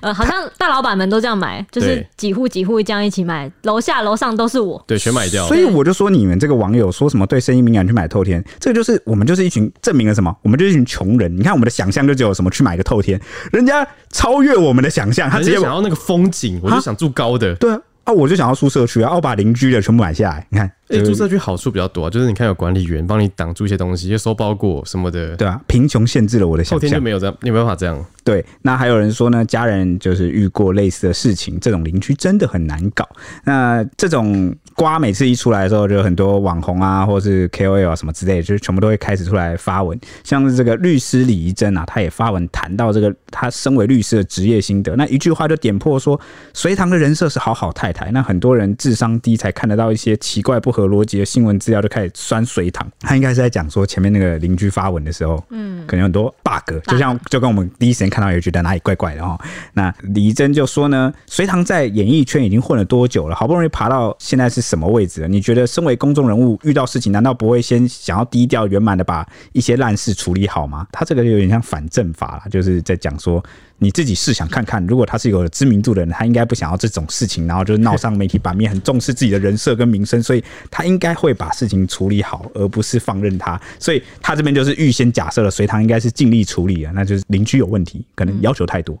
呃，好像大老板们都这样买，就是
对
几户几户这样一起买，楼下楼上都是我。
对，全买掉了
所。以我就说你们这个网友说什么对声音敏感去买透天，这个就是我们就是一群证明了什么？我们就是一群穷人。你看我们的想象就只有什么去买个透天，人家超越我们的想象，他
他
直
直接
接
想要那个风景，我就想住高的。
对啊。啊！我就想要住社区啊，我把邻居的全部买下来。你看，
哎、
就
住
是
社区好处比较多啊，就是你看有管理员帮你挡住一些东西，就收包裹什么的。
对啊，贫穷限制了我的
后
想
天就
象。
没有这样，你没办法这 样。
对，那还有人说呢，家人就是遇过类似的事情，这种邻居真的很难搞。那这种瓜每次一出来的时候，就有很多网红啊， 或是 KOL 啊什么之类的，就是全部都会开始出来发文。像是这个律师李怡珍啊，他也发文谈到这个他身为律师的职业心得，那一句话就点破说，隋唐的人设是好好太太，那很多人智商低才看得到一些奇怪不合逻辑的新闻资料，就开始酸隋唐。他应该是在讲说前面那个邻居发文的时候，嗯，可能有很多 bug，就像就跟我们第一时间看到也觉得哪里怪怪的哦。那李珍就说呢，隋唐在演艺圈已经混了多久了？好不容易爬到现在是什么位置了？你觉得身为公众人物遇到事情，难道不会先想要低调圆满的把一些烂事处理好吗？他这个就有点像反正法啦，就是在讲说你自己试想看看，如果他是有知名度的人，他应该不想要这种事情，然后就是闹上媒体版面，很重视自己的人设跟名声，所以他应该会把事情处理好，而不是放任他。所以他这边就是预先假设了隋唐应该是尽力处理了，那就是邻居有问题，可能要求太多。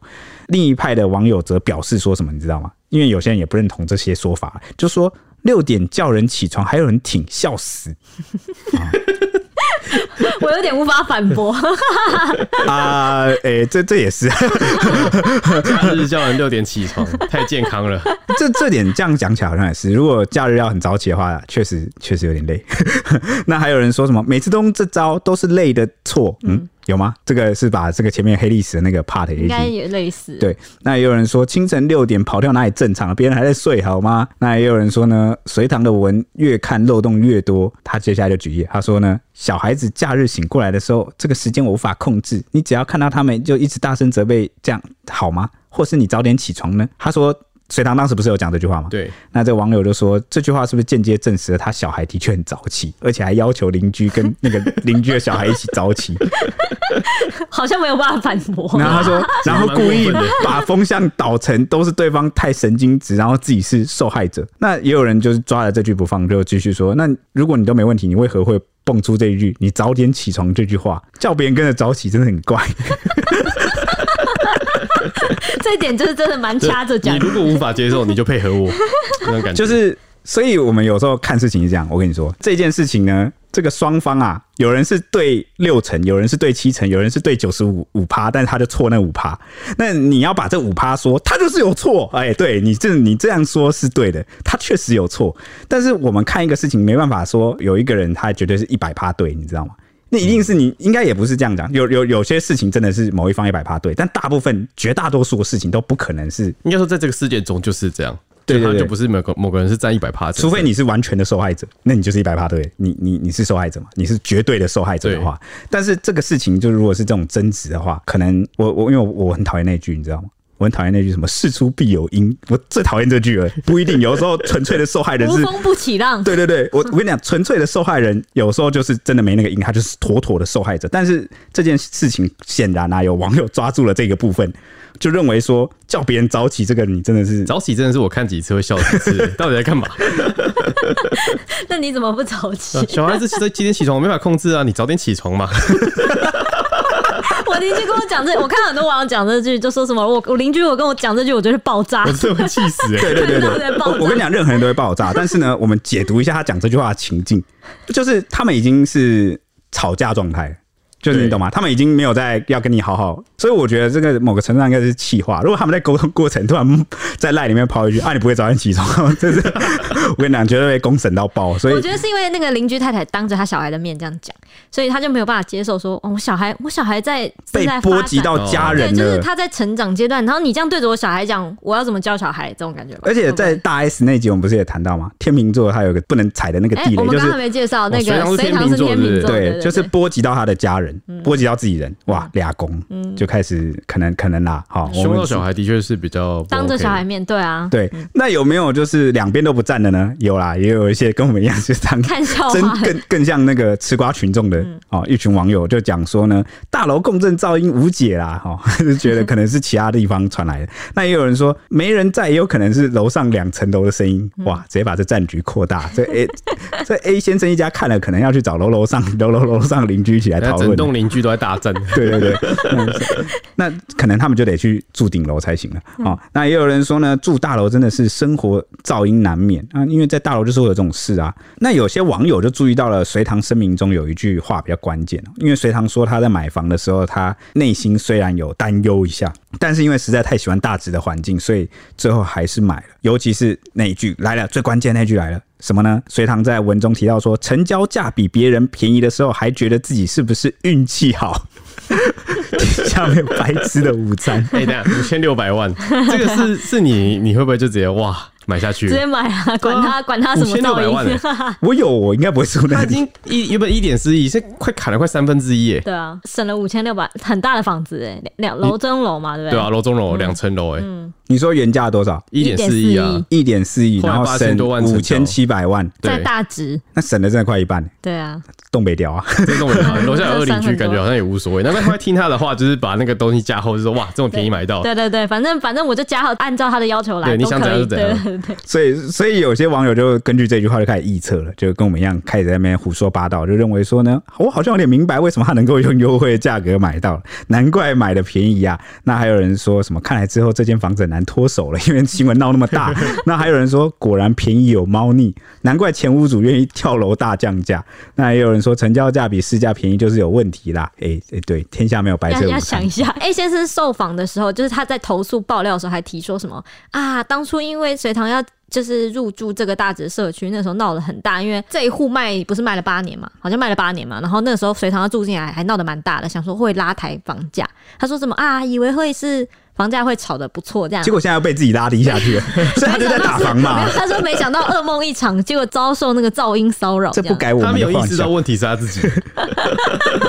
另一派的网友则表示说什么，你知道吗？因为有些人也不认同这些说法，就说六点叫人起床还有人挺，笑死
我有点无法反 驳。
啊！诶、这这也是，
假日叫人六点起床，太健康了。
这这点这样讲起来好像也是，如果假日要很早起的话，确 实确实有点累。那还有人说什么每次都用这招都是累的错，嗯，有吗？这个是把这个前面黑历史的那个 part 也
应
一
该
起。
也类似。
对，那也有人说清晨六点跑跳哪里正常？啊别人还在睡好吗？那也有人说呢，隋唐的文越看漏洞越多。他接下来就举例，他说呢，小孩子假日醒过来的时候，这个时间我无法控制，你只要看到他们就一直大声责备，这样好吗？或是你早点起床呢？他说。隋唐当时不是有讲这句话吗？
对，
那这个网友就说这句话是不是间接证实了他小孩的确很早起，而且还要求邻居跟那个邻居的小孩一起早起？
好像没有办法反驳。
然后他说，然后故意
蛮过分的
把风向导成都是对方太神经质，然后自己是受害者。那也有人就是抓了这句不放，就继续说，那如果你都没问题，你为何会蹦出这一句“你早点起床”这句话？叫别人跟着早起真的很怪。
这一点就是真的蛮掐着讲
你。如果无法接受，你就配合 我，那种感觉
就是，所以我们有时候看事情是这样。我跟你说，这件事情呢，这个双方啊，有人是对六成，有人是对七成，有人是对九十五五趴，但是他就错那五趴。那你要把这五趴说，他就是有错。哎、对你这你这样说是对的，他确实有错。但是我们看一个事情，没办法说有一个人他绝对是一百趴对，你知道吗？那一定是你，应该也不是这样讲。有有有些事情真的是某一方一百趴对，但大部分绝大多数的事情都不可能是
应该说，在这个事件中就是这样，
对对
就他
对
就不是某个某个人是占一百趴，
除非你是完全的受害者，那你就是一百趴对，你你你是受害者嘛？你是绝对的受害者的话，但是这个事情就如果是这种争执的话，可能我我因为我我很讨厌那句，你知道吗？我很讨厌那句什么“事出必有因”，我最讨厌这句了。不一定，有时候纯粹的受害人
无
是，
风不起浪，
对对对，我我跟你讲，纯粹的受害人有时候就是真的没那个因，他就是妥妥的受害者。但是这件事情显然啊，有网友抓住了这个部分，就认为说叫别人早起这个，你真的是
早起真的是我看几次会笑几 次，到底在干嘛？
那你怎么不早
嗯
起？
小孩子在几点起床，我没法控制啊，你早点起床嘛。
我邻居跟我讲这，我看到很多网友讲这句，就说什么我我邻居我跟我讲这句，我就会爆炸
我。真的会气死哎、
对对对对
看到在，爆
我
炸
我跟你讲，任何人都会爆炸。但是呢，我们解读一下他讲这句话的情境，就是他们已经是吵架状态了，就是你
对
懂吗？他们已经没有在要跟你好好，所以我觉得这个某个程度上应该是气话。如果他们在沟通过程突然在赖里面抛一句“啊，你不会早点起床”，这是我跟你讲，绝对被公审到爆。所
我
以
觉得是因为那个邻居太太当着他小孩的面这样讲，所以他就没有办法接受说，哦，我小孩我小孩在正
被
在发
波
展
及到家
对，
人
就是
了。
他在成长阶段，然后你这样对着我小孩讲，我要怎么教小孩这种感觉吧。
而且在
对不对
大 S 那集，我们不是也谈到吗？天秤座他有一个不能踩的那个
哎、
地雷，
我们
就
刚
是
刚还没介绍那
哦隋
个
唐是
隋
天
唐
秤
是
座
天
对
秤
不对
座，
对，
对，嗯
就是波及到他的家人，波及到自己人，哇，俩公、就开始可能可能啦，好，我
凶
们
到小孩的确是比较不
当着
OK
小孩面对啊，
对，那有没有就是两边都不站的呢？有啦，也有一些跟我们一样是当
看笑
真
话。嗯
更更像那个吃瓜群众的哦，一群网友就讲说呢，大楼共振噪音无解啦，哈、 哦，就觉得可能是其他地方传 来的。那也有人说没人在，也有可能是楼上两层楼的声音，
嗯
哇，直接把这战局扩大。这 A 这 A 先生一家看了，可能要去找楼楼上楼楼楼上邻居一起来
人家
讨
哎整
论。
栋邻居都在 大战，
对对 对，嗯那可能他们就得去住顶楼才行了哦。那也有人说呢，住大楼真的是生活噪音难免啊，因为在大楼就是会有这种事啊。那有些网友就注意到了隋唐声明中有一句话比较关键哦，因为隋唐说他在买房的时候，他内心虽然有担忧一下，但是因为实在太喜欢大直的环境，所以最后还是买了。尤其是那一句来了，最关键那句来了。什么呢？隋唐在文中提到说，成交价比别人便宜的时候，还觉得自己是不是运气好？天 下没有白吃的午餐。
哎、等五千六百万，这个是是你你会不会就直接哇买下去
直？接买啊，管他管他什
五
么
千六百
噪
万、
音，
欸，
我有，我应该不会输
他
那
已
里。
经一原本一点四亿，现在快砍了快三分之一耶。
对啊，省了五千六百，很大的房子哎，两两楼中楼嘛，对嗯不对？
对啊，楼中楼两层楼哎，
你说原价多少？
一点四亿啊，
一点四亿，
后来
然后省
8000多万
五
成
千
交
七百万，
在
对，
大直，
那省了真的快一半，
对啊，
东北屌啊！
这栋楼 楼下有二
这
邻居，
三很多
感觉好像也无所谓。难怪后来听他的话，就是把那个东西加厚，就说哇，这么便宜买到，
对对对，反正反正我就加好，按照他的要求来，
对你
都
想怎
可
样
以，
就怎样
对对对，
所以，所以有些网友就根据这句话就开始臆测了，就跟我们一样开始在那边胡说八道，就认为说呢，我好像有点明白为什么他能够用优惠的价格买到，难怪买的便宜啊。那还有人说什么，看来之后这间房子很难脱手了，因为新闻闹那么大。 那还有人说，果然便宜有猫腻，难怪前屋主愿意跳楼大降价。那也有人说，成交价比市价便宜就是有问题啦。哎、哎、对，天下没有白
要
吃的
要
午
想
餐
一。下。A 先生受访的时候，就是他在投诉爆料的时候还提说什么啊，当初因为隋唐要就是入住这个大直社区，那时候闹得很大，因为这一户卖不是卖了八年嘛，好像卖了八年嘛，然后那时候隋唐要住进来还闹得蛮大的，想说会拉抬房价，他说什么啊，以为会是房价会炒得不错这样
结，果现在又被自己拉低下去了，所以他就在打房
没
嘛
有，， 他说没想到噩梦一场，结果遭受那个噪音骚扰，
这不
样
改我
他
们
没有
的
意
幻
识到
想。
问题是他自己。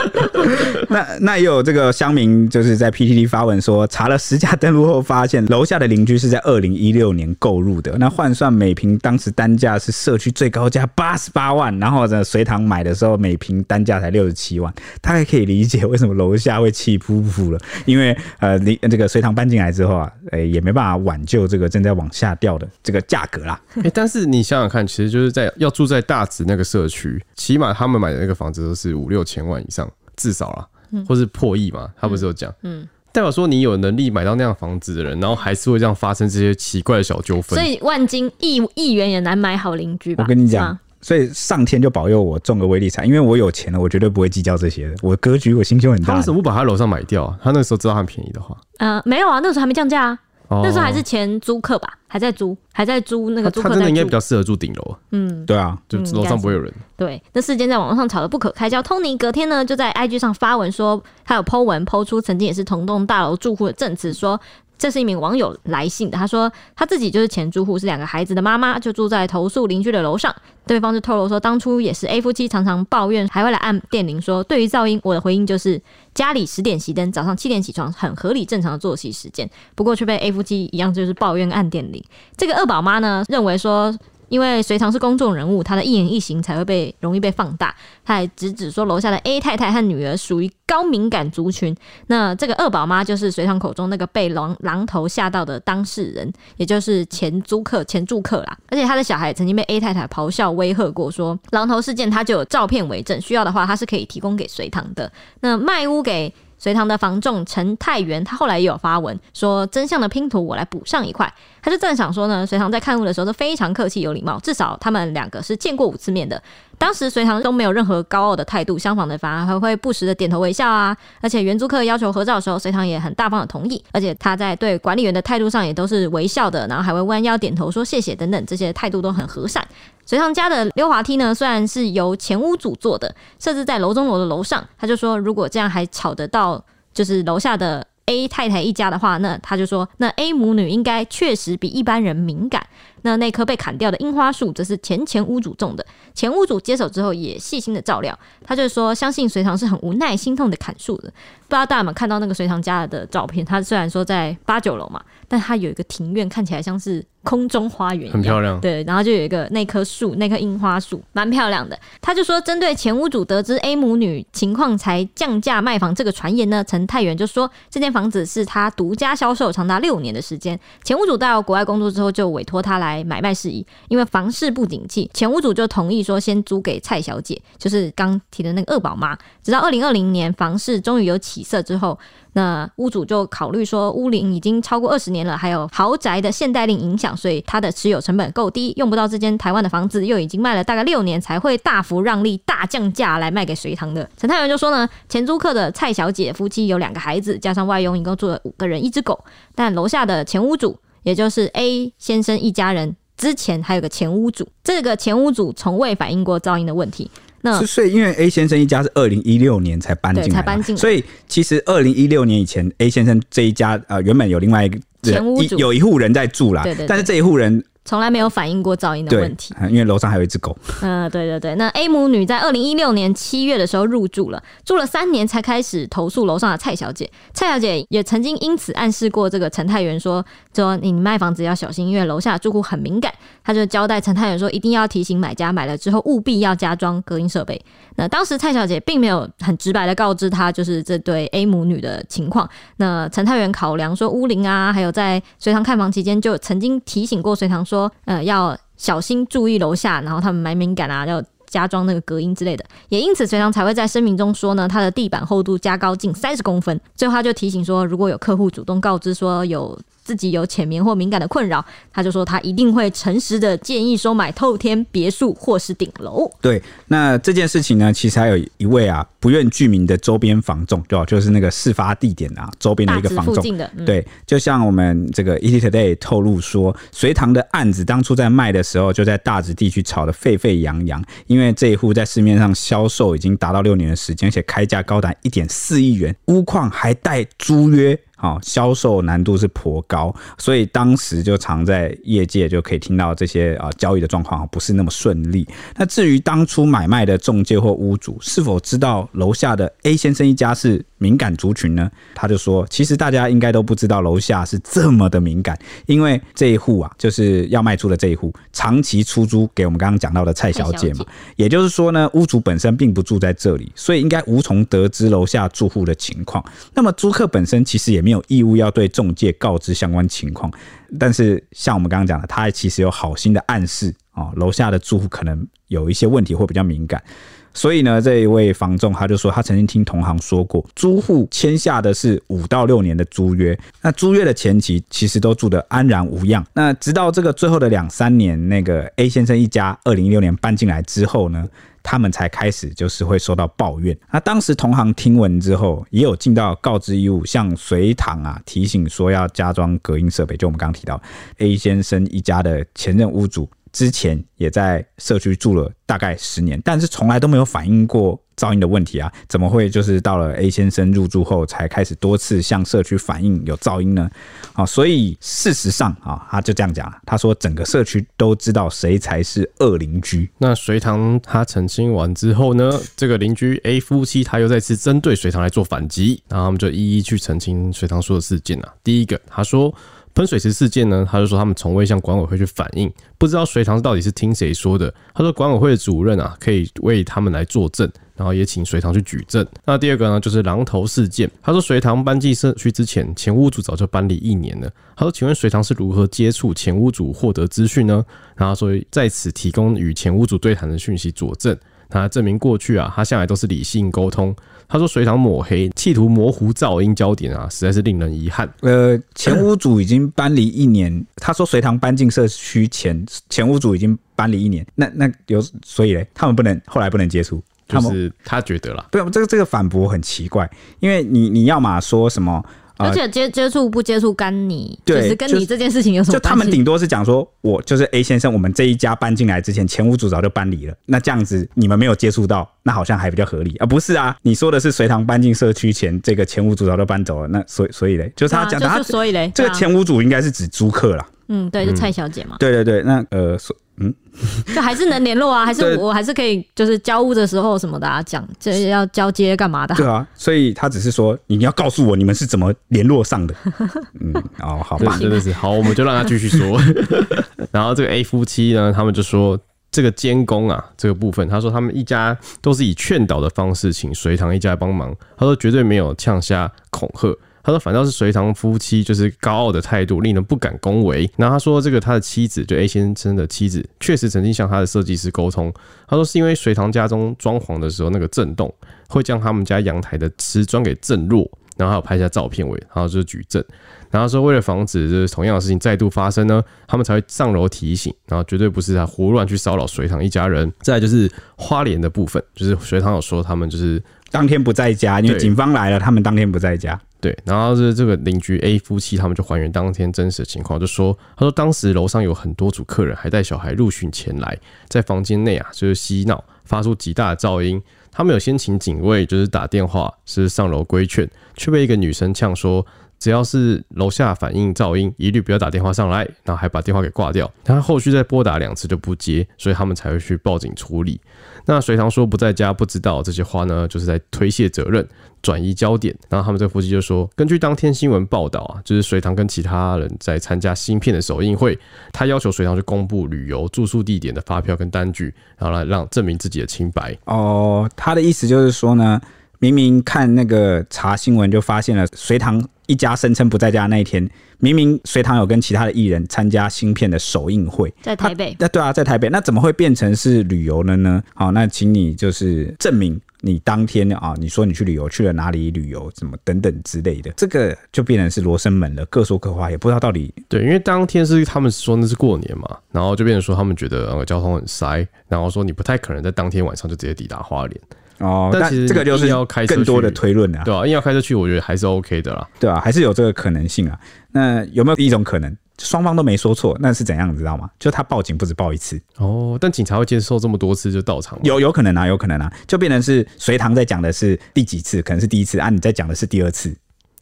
那那也有这个乡民就是在 PTT 发文说，查了实价登录后发现，楼下的邻居是在二零一六年购入的，那换算每平当时单价是社区最高价八十八万，然后呢隋唐买的时候每平单价才六十七万，大概可以理解为什么楼下会气噗噗了，因为呃离这个隋唐搬进来之后啊，诶、也没办法挽救这个正在往下掉的这个价格啦。
哎、但是你想想看，其实就是在要住在大直那个社区，起码他们买的那个房子都是五六千万以上，至少啦，
嗯
或是破亿嘛，他不是有讲、嗯，代表说你有能力买到那样房子的人，然后还是会这样发生这些奇怪的小纠纷
所。以万金亿亿元也难买好邻居吧？
啊
我
啊
跟你
是
讲
吗，，
所以上天就保佑我中个威力彩，因为我有钱了，我绝对不会计较这些的。我格局，我心胸很
他
大
为。什么不把他楼上买掉啊？他那时候知道他很便宜的话，
呃，没有啊，那时候还没降价啊，
哦
那时候还是前租客吧，还在租，还在租那个
他
租
他
客
真
在
的应该
住
比。较适合住顶楼啊，
嗯，
对啊，
就楼上不会有人。
对，那事件在网络上吵得不可开交。托尼隔天呢就在 IG 上发文说，他有 Po 文 Po 出曾经也是同栋大楼住户的证词说。这是一名网友来信的，他说他自己就是前住户，是两个孩子的妈妈，就住在投诉邻居的楼上。对方就透露说，当初也是 A 夫妻常常抱怨，还会来按电铃说，对于噪音，我的回应就是家里十点熄灯，早上七点起床，很合理正常的作息时间。不过却被 A 夫妻一样就是抱怨按电铃。这个二宝妈呢，认为说因为隋唐是公众人物，他的一言一行才会被容易被放大。他还直指说楼下的 A 太太和女儿属于高敏感族群。那这个二宝妈就是隋唐口中那个被狼狼头吓到的当事人，也就是前租客、前住客啦。而且他的小孩曾经被 A 太太咆哮威吓过说，狼头事件他就有照片为证，需要的话他是可以提供给隋唐的。那卖屋给。隋唐的房仲陈泰元，他后来也有发文说，真相的拼图我来补上一块。他就赞赏说呢，隋唐在看物的时候都非常客气有礼貌，至少他们两个是见过五次面的。当时隋唐都没有任何高傲的态度，相反的反而还会不时的点头微笑啊。而且原租客要求合照的时候，隋唐也很大方的同意，而且他在对管理员的态度上也都是微笑的，然后还会弯腰点头说谢谢等等，这些态度都很和善。隋唐家的溜滑梯呢，虽然是由前屋主做的，设置在楼中楼的楼上，他就说如果这样还吵得到就是楼下的 A 太太一家的话，那他就说，那 A 母女应该确实比一般人敏感。那那棵被砍掉的樱花树，这是前前屋主种的，前屋主接手之后也细心的照料。他就说，相信隋唐是很无奈、心痛的砍树的。不知道大家有没有看到那个隋唐家的照片？他虽然说在八九楼嘛，但他有一个庭院，看起来像是空中花园一样，
很漂亮
对，然后就有一个那棵树，那棵樱花树，蛮漂亮的。他就说，针对前屋主得知 A 母女情况才降价卖房这个传言呢，陈太元就说，这间房子是他独家销售长达六年的时间。前屋主到国外工作之后，就委托他来买卖事宜，因为房市不景气，前屋主就同意说先租给蔡小姐，就是刚提的那个二宝妈。直到二零二零年房市终于有起色之后，那屋主就考虑说，屋龄已经超过二十年了，还有豪宅的现代令影响，所以它的持有成本够低，用不到这间台湾的房子，又已经卖了大概六年，才会大幅让利、大降价来卖给隋唐的。陈太元就说呢，前租客的蔡小姐夫妻有两个孩子，加上外佣，一共住了五个人，一只狗。但楼下的前屋主，也就是 A 先生一家人，之前还有个前屋主，这个前屋主从未反映过噪音的问题。那
是所以因为 A 先生一家是二零一六年才搬进来
嗯对
嘛，
才搬进来
所以其实二零一六年以前 A 先生这一家呃原本有另外一个。
前屋
一
主
有一户人在住啦，
对对对
但是这一户人
从来没有反映过噪音的
对呃
问题。，
因为楼上还有一只狗，
嗯，对对对，那 A 母女在二零一六年七月的时候入住了，住了三年才开始投诉楼上的蔡小姐。蔡小姐也曾经因此暗示过这个陈太元说，说你卖房子要小心，因为楼下的住户很敏感。她就交代陈太元说，一定要提醒买家买了之后务必要加装隔音设备。那当时蔡小姐并没有很直白的告知她，就是这对 A 母女的情况。那陈太元考量说乌林啊，还有在隋唐看房期间，就曾经提醒过隋唐说，呃，要小心注意楼下，然后他们蛮敏感啊，要。加装那个隔音之类的，也因此隋唐才会在声明中说呢，它的地板厚度加高近三十公分。最后他就提醒说，如果有客户主动告知说有自己有浅眠或敏感的啊困扰，他就说他一定会诚实的建议收买透天别墅或是顶楼。
对，那这件事情呢，其实还有一位啊不愿具名的周边房仲，对吧？就是那个事发地点啊周边的
大
一个
直
房
附
仲。
近的，嗯，
对，就像我们这个 ET Today 透露说，隋唐的案子当初在卖的时候，就在大直地区炒得沸沸扬扬，因为这一户在市面上销售已经达到六年的时间，而且开价高达一点四亿元，屋况还带租约。好，销售难度是颇高，所以当时就常在业界就可以听到这些啊、呃交易的状况啊不是那么顺利。那至于当初买卖的中介或屋主是否知道楼下的 A 先生一家是敏感族群呢？他就说，其实大家应该都不知道楼下是这么的敏感，因为这一户啊，就是要卖出的这一户，长期出租给我们刚刚讲到的蔡小姐
蔡小
嘛
姐。
也就是说呢，屋主本身并不住在这里，所以应该无从得知楼下住户的情况。那么租客本身其实也没有义务要对中介告知相关情况，但是像我们刚刚讲的，他其实有好心的暗示哦，楼下的住户可能有一些问题或比较敏感。所以呢，这一位房仲他就说，他曾经听同行说过，租户签下的是五到六年的租约，那租约的前期其实都住得安然无恙。那直到这个最后的两三年，那个 A 先生一家二零一六年搬进来之后呢，他们才开始就是会收到抱怨。那当时同行听闻之后，也有尽到告知义务，向隋唐啊提醒说要加装隔音设备，就我们刚刚提到 A 先生一家的前任屋主之前也在社区住了大概十年，但是从来都没有反映过噪音的问题啊，怎么会就是到了 A 先生入住后才开始多次向社区反映有噪音呢？啊，所以事实上啊，他就这样讲，他说整个社区都知道谁才是恶邻居。
那隋唐他澄清完之后呢，这个邻居 A 夫妻他又再次针对隋唐来做反击，然后他们就一一去澄清隋唐说的事件啊。第一个，他说喷水池事件呢，他就说他们从未向管委会去反映，不知道隋唐到底是听谁说的。他说管委会的主任啊，可以为他们来作证。然后也请隋唐去举证。那第二个呢，就是狼头事件。他说隋唐搬进社区之前，前屋主早就搬离一年了。他说，请问隋唐是如何接触前屋主获得资讯呢？然后所以在此提供与前屋主对谈的讯息佐证。他证明过去啊，他向来都是理性沟通。他说隋唐抹黑，企图模糊噪音焦点啊，实在是令人遗憾。
呃，前屋主已经搬离一年，他说隋唐搬进社区前，前屋主已经搬离一年，那那有所以嘞，他们不能后来不能接触，他
就
们
是他觉得啦，
不这个这个反驳很奇怪，因为你你要嘛说什么，
而且接接触不接触干你，就
对
是跟
就
你这件事情有什么
就他们
关系
顶多是讲说，我就是 A 先生，我们这一家搬进来之前，前屋主早就搬离了，那这样子你们没有接触到，那好像还比较合理啊，不是啊？你说的是隋唐搬进社区前，这个前屋主早就搬走了，那所以所以嘞，就是他讲的、
对啊就
他
是所以嘞，
这个
对啊
前屋主应该是指租客啦，
嗯，对，就蔡小姐嘛，
对对对，那呃，所
就还是能联络啊，还是
对
我还是可以，就是交屋的时候什么的啊，讲这要交接干嘛的啊、
对啊，所以他只是说你要告诉我你们是怎么联络上的。嗯，哦，好吧
这，真的是好，我们就让他继续 说。然后这个 A 夫妻呢，他们就说这个监工啊这个部分，他说他们一家都是以劝导的方式请隋唐一家帮忙，他说绝对没有呛下恐吓。他说，反倒是隋唐夫妻就是高傲的态度，令人不敢恭维。然后他说，这个他的妻子，就 A 先生的妻子，确实曾经向他的设计师沟通，他说是因为隋唐家中装潢的时候那个震动，会将他们家阳台的瓷砖给震落，然后还有拍下照片为，然后就是举证。然后说为了防止就是同样的事情再度发生呢，他们才会上楼提醒，然后绝对不是他胡乱去骚扰隋唐一家人。再来就是花莲的部分，就是隋唐有说他们就是
当天不在家，因为
对
警方来了，他们当天不在家。
对，然后是这个邻居 A 夫妻，他们就还原当天真实的情况，就说，他说当时楼上有很多组客人还带小孩陆续前来，在房间内啊就是嬉闹，发出极大的噪音。他们有先请警卫，就是打电话，是上楼规劝，却被一个女生呛说，只要是楼下反映噪音，一律不要打电话上来，然后还把电话给挂掉。他后续再拨打两次就不接，所以他们才会去报警处理。那隋唐说不在家不知道这些话呢，就是在推卸责任。转移焦点。然后他们这夫妻就说，根据当天新闻报道啊，就是隋唐跟其他人在参加新片的首映会，他要求隋唐去公布旅游住宿地点的发票跟单据，然后来让证明自己的清白。
哦，他的意思就是说呢，明明看那个查新闻就发现了隋唐一家声称不在家那一天，明明隋唐有跟其他的艺人参加新片的首映会，
在台北
哦那对啊，在台北，那怎么会变成是旅游了呢？好，那请你就是证明你当天啊，你说你去旅游去了哪里旅游，怎么等等之类的，这个就变成是罗生门了，各说各话，也不知道到底
对，因为当天是他们说那是过年嘛，然后就变成说他们觉得呃交通很塞，然后说你不太可能在当天晚上就直接抵达花莲，
哦。
但
但
其实
这个就是
硬要开车
更多的
去
推论啊，
对啊，硬要开车去，我觉得还是 OK 的啦。
对啊，还是有这个可能性啊。那有没有一种可能，双方都没说错，那是怎样，你知道吗？就他报警不止报一次，
哦，但警察会接受这么多次就到场吗？
有有可能啊，有可能啊，就变成是隋唐在讲的是第几次，可能是第一次啊，你在讲的是第二次，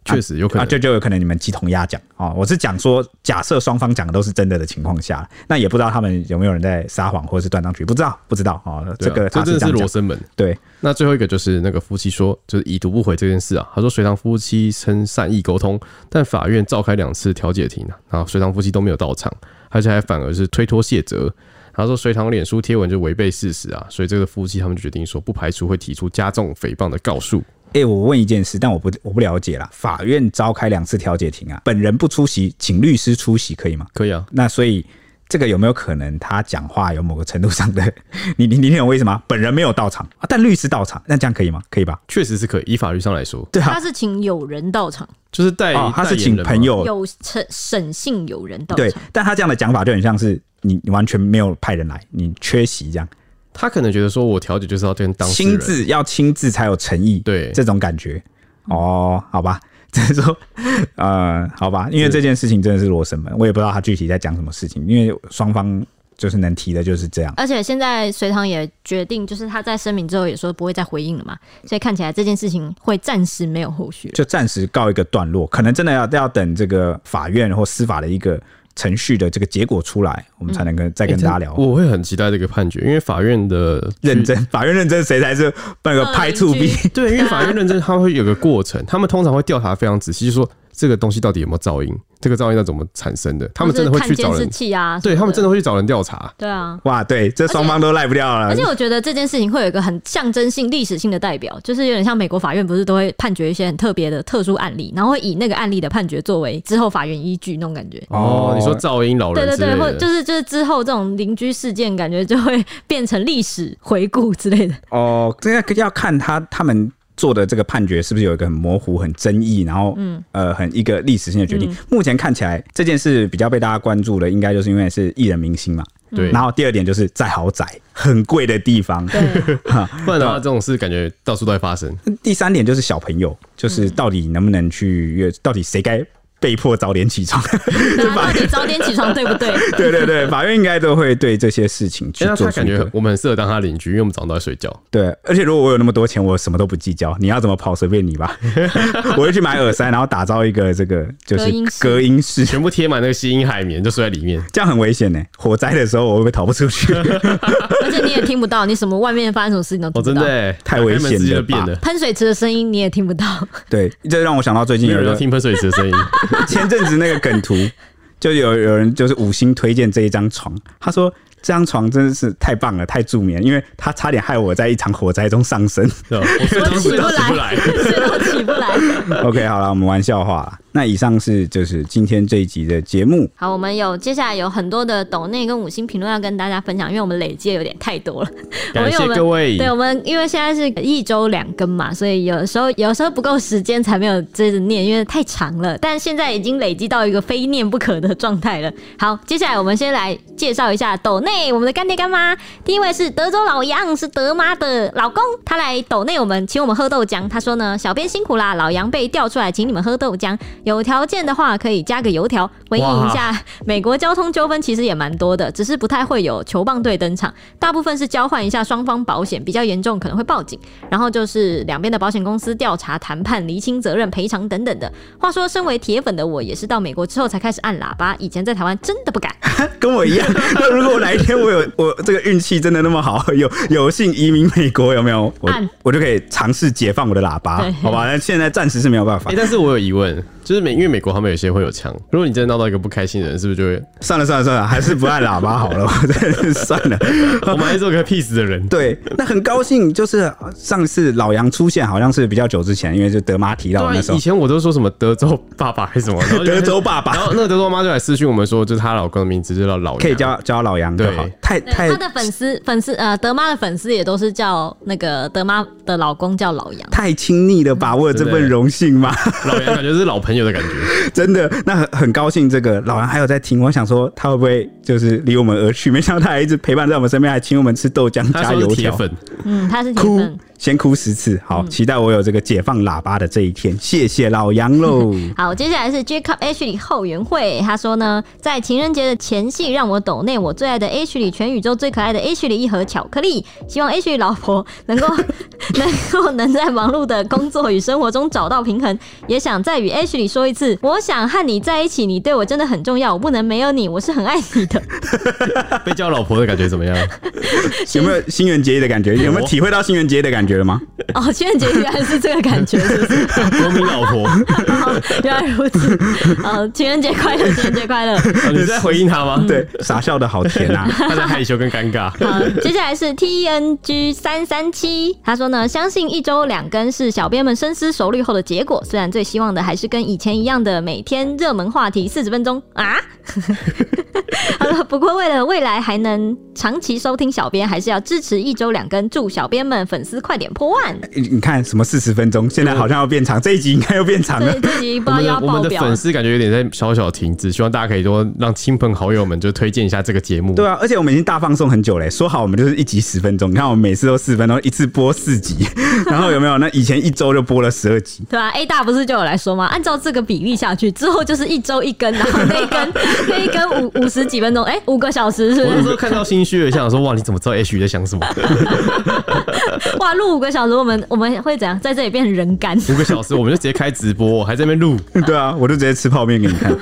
确实有可
啊，
能。
就就有可能你们鸡同鸭讲哦。我是讲说，假设双方讲的都是真的的情况下，那也不知道他们有没有人在撒谎或者是断章取义，不知道，不知道哦。
对
这
啊
个
这
他
真的
这样
是罗
讲，
生门。
对，
那最后一个就是那个夫妻说，就是已读不回这件事啊。他说，隋唐夫妻称善意沟通，但法院召开两次调解庭啊，然后隋唐夫妻都没有到场，而且还反而是推脱卸责。他说，隋唐脸书贴文就违背事实啊，所以这个夫妻他们就决定说，不排除会提出加重诽谤的告诉。
哎、我问一件事，但我不我不了解啦。法院召开两次调解庭啊，本人不出席，请律师出席可以吗？
可以啊，
那所以。这个有没有可能他讲话有某个程度上的， 你你你懂我意思吗？本人没有到场啊，但律师到场，那这样可以吗？可以吧？
确实是可以。以法律上来说，
对啊
他，是请友人到场，
就是代、
哦，他是
代言
请
人嘛
朋友
有审审信友人到
对
场。，
但他这样的讲法就很像是你你完全没有派人来，你缺席这样，
他可能觉得说我调解就是要跟当事
亲
人
自要亲自才有诚意，
对
这种感觉哦，好吧， 只是说呃，好吧，因为这件事情真的是罗生门，我也不知道他具体在讲什么事情，因为双方就是能提的就是这样，
而且现在隋唐也决定，就是他在声明之后也说不会再回应了嘛，所以看起来这件事情会暂时没有后续了。
就暂时告一个段落，可能真的要要等这个法院或司法的一个程序的这个结果出来，我们才能跟、再
哎
跟大家聊。
我会很期待这个判决，因为法院的
认真，法院认真，谁才是那个拍
邻居
醋逼？
对，因为 法院认证它会有个过程，他们通常会调查非常仔细，就说这个东西到底有没有噪音，这个噪音要怎么产生的，他们真的会去找
哦或是看监视
人，
器啊，
对他们真
的
的会去找人调查。
对啊。
哇，对，这双方都赖不掉了
而且。我觉得这件事情会有一个很象征性、历史性的代表，就是有点像美国法院不是都会判决一些很特别的特殊案例，然后会以那个案例的判决作为之后法院依据那种 感觉。
哦，你说噪音老
对
人
对
之类
对，或
的，
就是就是之后这种邻居事件，感觉就会变成历史回顾之类的。
哦，这个要看他他们做的这个判决是不是有一个很模糊、很争议，然后嗯呃很一个历史性的决定。
嗯
目前看起来这件事比较被大家关注的，应该就是因为是艺人明星嘛。
对
然后第二点就是在豪宅很贵的地方，
对，
不然的话这种事感觉到处都在发生。
第三点就是小朋友，
嗯
就是到底能不能去约，到底谁该被迫早点 起床？
大啊家到底早点起床对不对？
对对对，法院应该都会对这些事情去
哎，那
做
他
出
感
一个
觉我们很适合当他邻居，因为我们早上都在睡觉。
对，而且如果我有那么多钱，我什么都不计较，你要怎么跑随便你 吧。我会去买耳塞，然后打造一个这个就是
隔音室
隔音室，
全部贴满那个吸音海绵，就睡在里面。
这样很危险呢。火灾的时候我会不会逃不出 去？
而且你也听不到，你什么外面发生什么事情都
哦，
听
真
不
的
到。
欸，
太危险了吧
开门直接就变了，
喷水池的声音你也听不到，
对，这让我想到最近
没有
有
人要
个
听喷水池的声音。
前阵子那个梗图，就有有人就是五星推荐这一张床，他说这张床真的是太棒了，太助眠，因为他差点害我在一场火灾中丧生。
对吧我睡
我
到
起
睡
不
到起不来
来，。睡都起不来。
OK，好了，我们玩笑话啦。那以上是就是今天这一集的节目，
好，我们有接下来有很多的抖内跟五星评论要跟大家分享，因为我们累积的有点太多了。因
感
为
谢
我们
各位
对，我们因为现在是一周两更嘛，所以有时候有时候不够时间才没有接着念，因为太长了。但现在已经累积到一个非念不可的状态了。好，接下来我们先来介绍一下抖内我们的干爹干妈。第一位是德州老杨，是德妈的老公，他来抖内我们，请我们喝豆浆。他说呢，小编辛苦啦，老杨被调出来，请你们喝豆浆。有条件的话可以加个油条，回应一下。美国交通纠纷其实也蛮多的，只是不太会有球棒队登场，大部分是交换一下双方保险，比较严重可能会报警，然后就是两边的保险公司调查、谈判、厘清责任、赔偿等等的。话说，身为铁粉的我，也是到美国之后才开始按喇叭，以前在台湾真的不敢。
跟我一样。 那如果哪一天我有我这个运气真的那么好， 有有幸移民美国，有没有？我
按
我就可以尝试解放我的喇叭
对，
好吧？那现在暂时是没有办法
哎、。但是我有疑问，就就是美，因为美国他们有些会有枪，如果你真的闹到一个不开心的人，是不是就 会
算了算了算了，还是不按喇叭好了，我真的是算了。
我们还是做个 peace 的人？
对，那很高兴，就是上次老杨出现好像是比较久之前，因为就德妈提到
对
的
啊
那时，候
以前我都说什么德州爸爸还是什么，然后就
德州爸
然
爸
后那个德州妈就来私讯我们说，就是她老公的名字就叫老
可以
杨
叫叫老杨就好
对，
太
对
太
他的粉丝粉丝呃，德妈的粉丝也都是叫那个德妈的老公叫老杨，
太亲昵了吧？我有这份荣幸吗？
老杨，感觉是老朋友的感觉。
真的，那很很高兴，这个老杨还有在听。我想说他会不会就是离我们而去？没想到他还一直陪伴在我们身边，还请我们吃豆浆
他
加
说
油
是铁
条。
粉，嗯
嗯，他是铁
哭
粉。，
先哭十次。好，期待我有这个解放喇叭的这一天。谢谢老杨 喽。
好，接下来是 Jacob H 里后援会，他说呢，在情人节的前夕让我抖内我最爱的 H 里全宇宙最可爱的 H 里一盒巧克力，希望 H 里老婆能够 能够能在忙碌的工作与生活中找到平衡，也想再与 H 里说一次，我想和你在一起，你对我真的很重要，我不能没有你，我是很爱你的。
被叫老婆的感觉怎么样？
有没有新元节的感觉？有没有体会到新元节的感觉了吗？
哦，情人节原来是这个感觉，是不是？
国民老 婆，啊
哦 原来如 此，呃，情人节快乐，情人节快乐。
哦你在回应他吗？
对，傻笑的好甜啊！
他在害羞跟 尴尬。
好，接下来是 T N G 三三七，他说呢，相信一周两更是小编们深思熟虑后的结果。虽然最希望的还是跟以前一样的每天热门话题四十分钟啊。 他说，不过为了未来还能长期收听小编，还是要支持一周两更，祝小编们粉丝快点破万。
你你看什么四十分钟，现在好像要变长，这一集应该又变长
所
了
以。这集不
我
知道又要
们的我
爆
们的
表
粉丝感觉有点在小小停滞，希望大家可以多让亲朋好友们就推荐一下这个节目。
对啊，而且我们已经大放送很久嘞，说好我们就是一集十分钟，你看我们每次都四分钟，一次播四集，然后有没有？那以前一周就播了十二集，
对吧、a 大不是就有来说吗？按照这个比例下去，之后就是一周一根，然后那一 根那一根五五十几分钟，哎、五个小时是
我
不
那
是
时？候看到心虚了，想说哇，你怎么知道 H 在想什么？
哇，录五个小时，我们我们会怎样？在这里变成人干？
五个小时我们就直接开直播，还在那边录。
对啊，我就直接吃泡面给你看。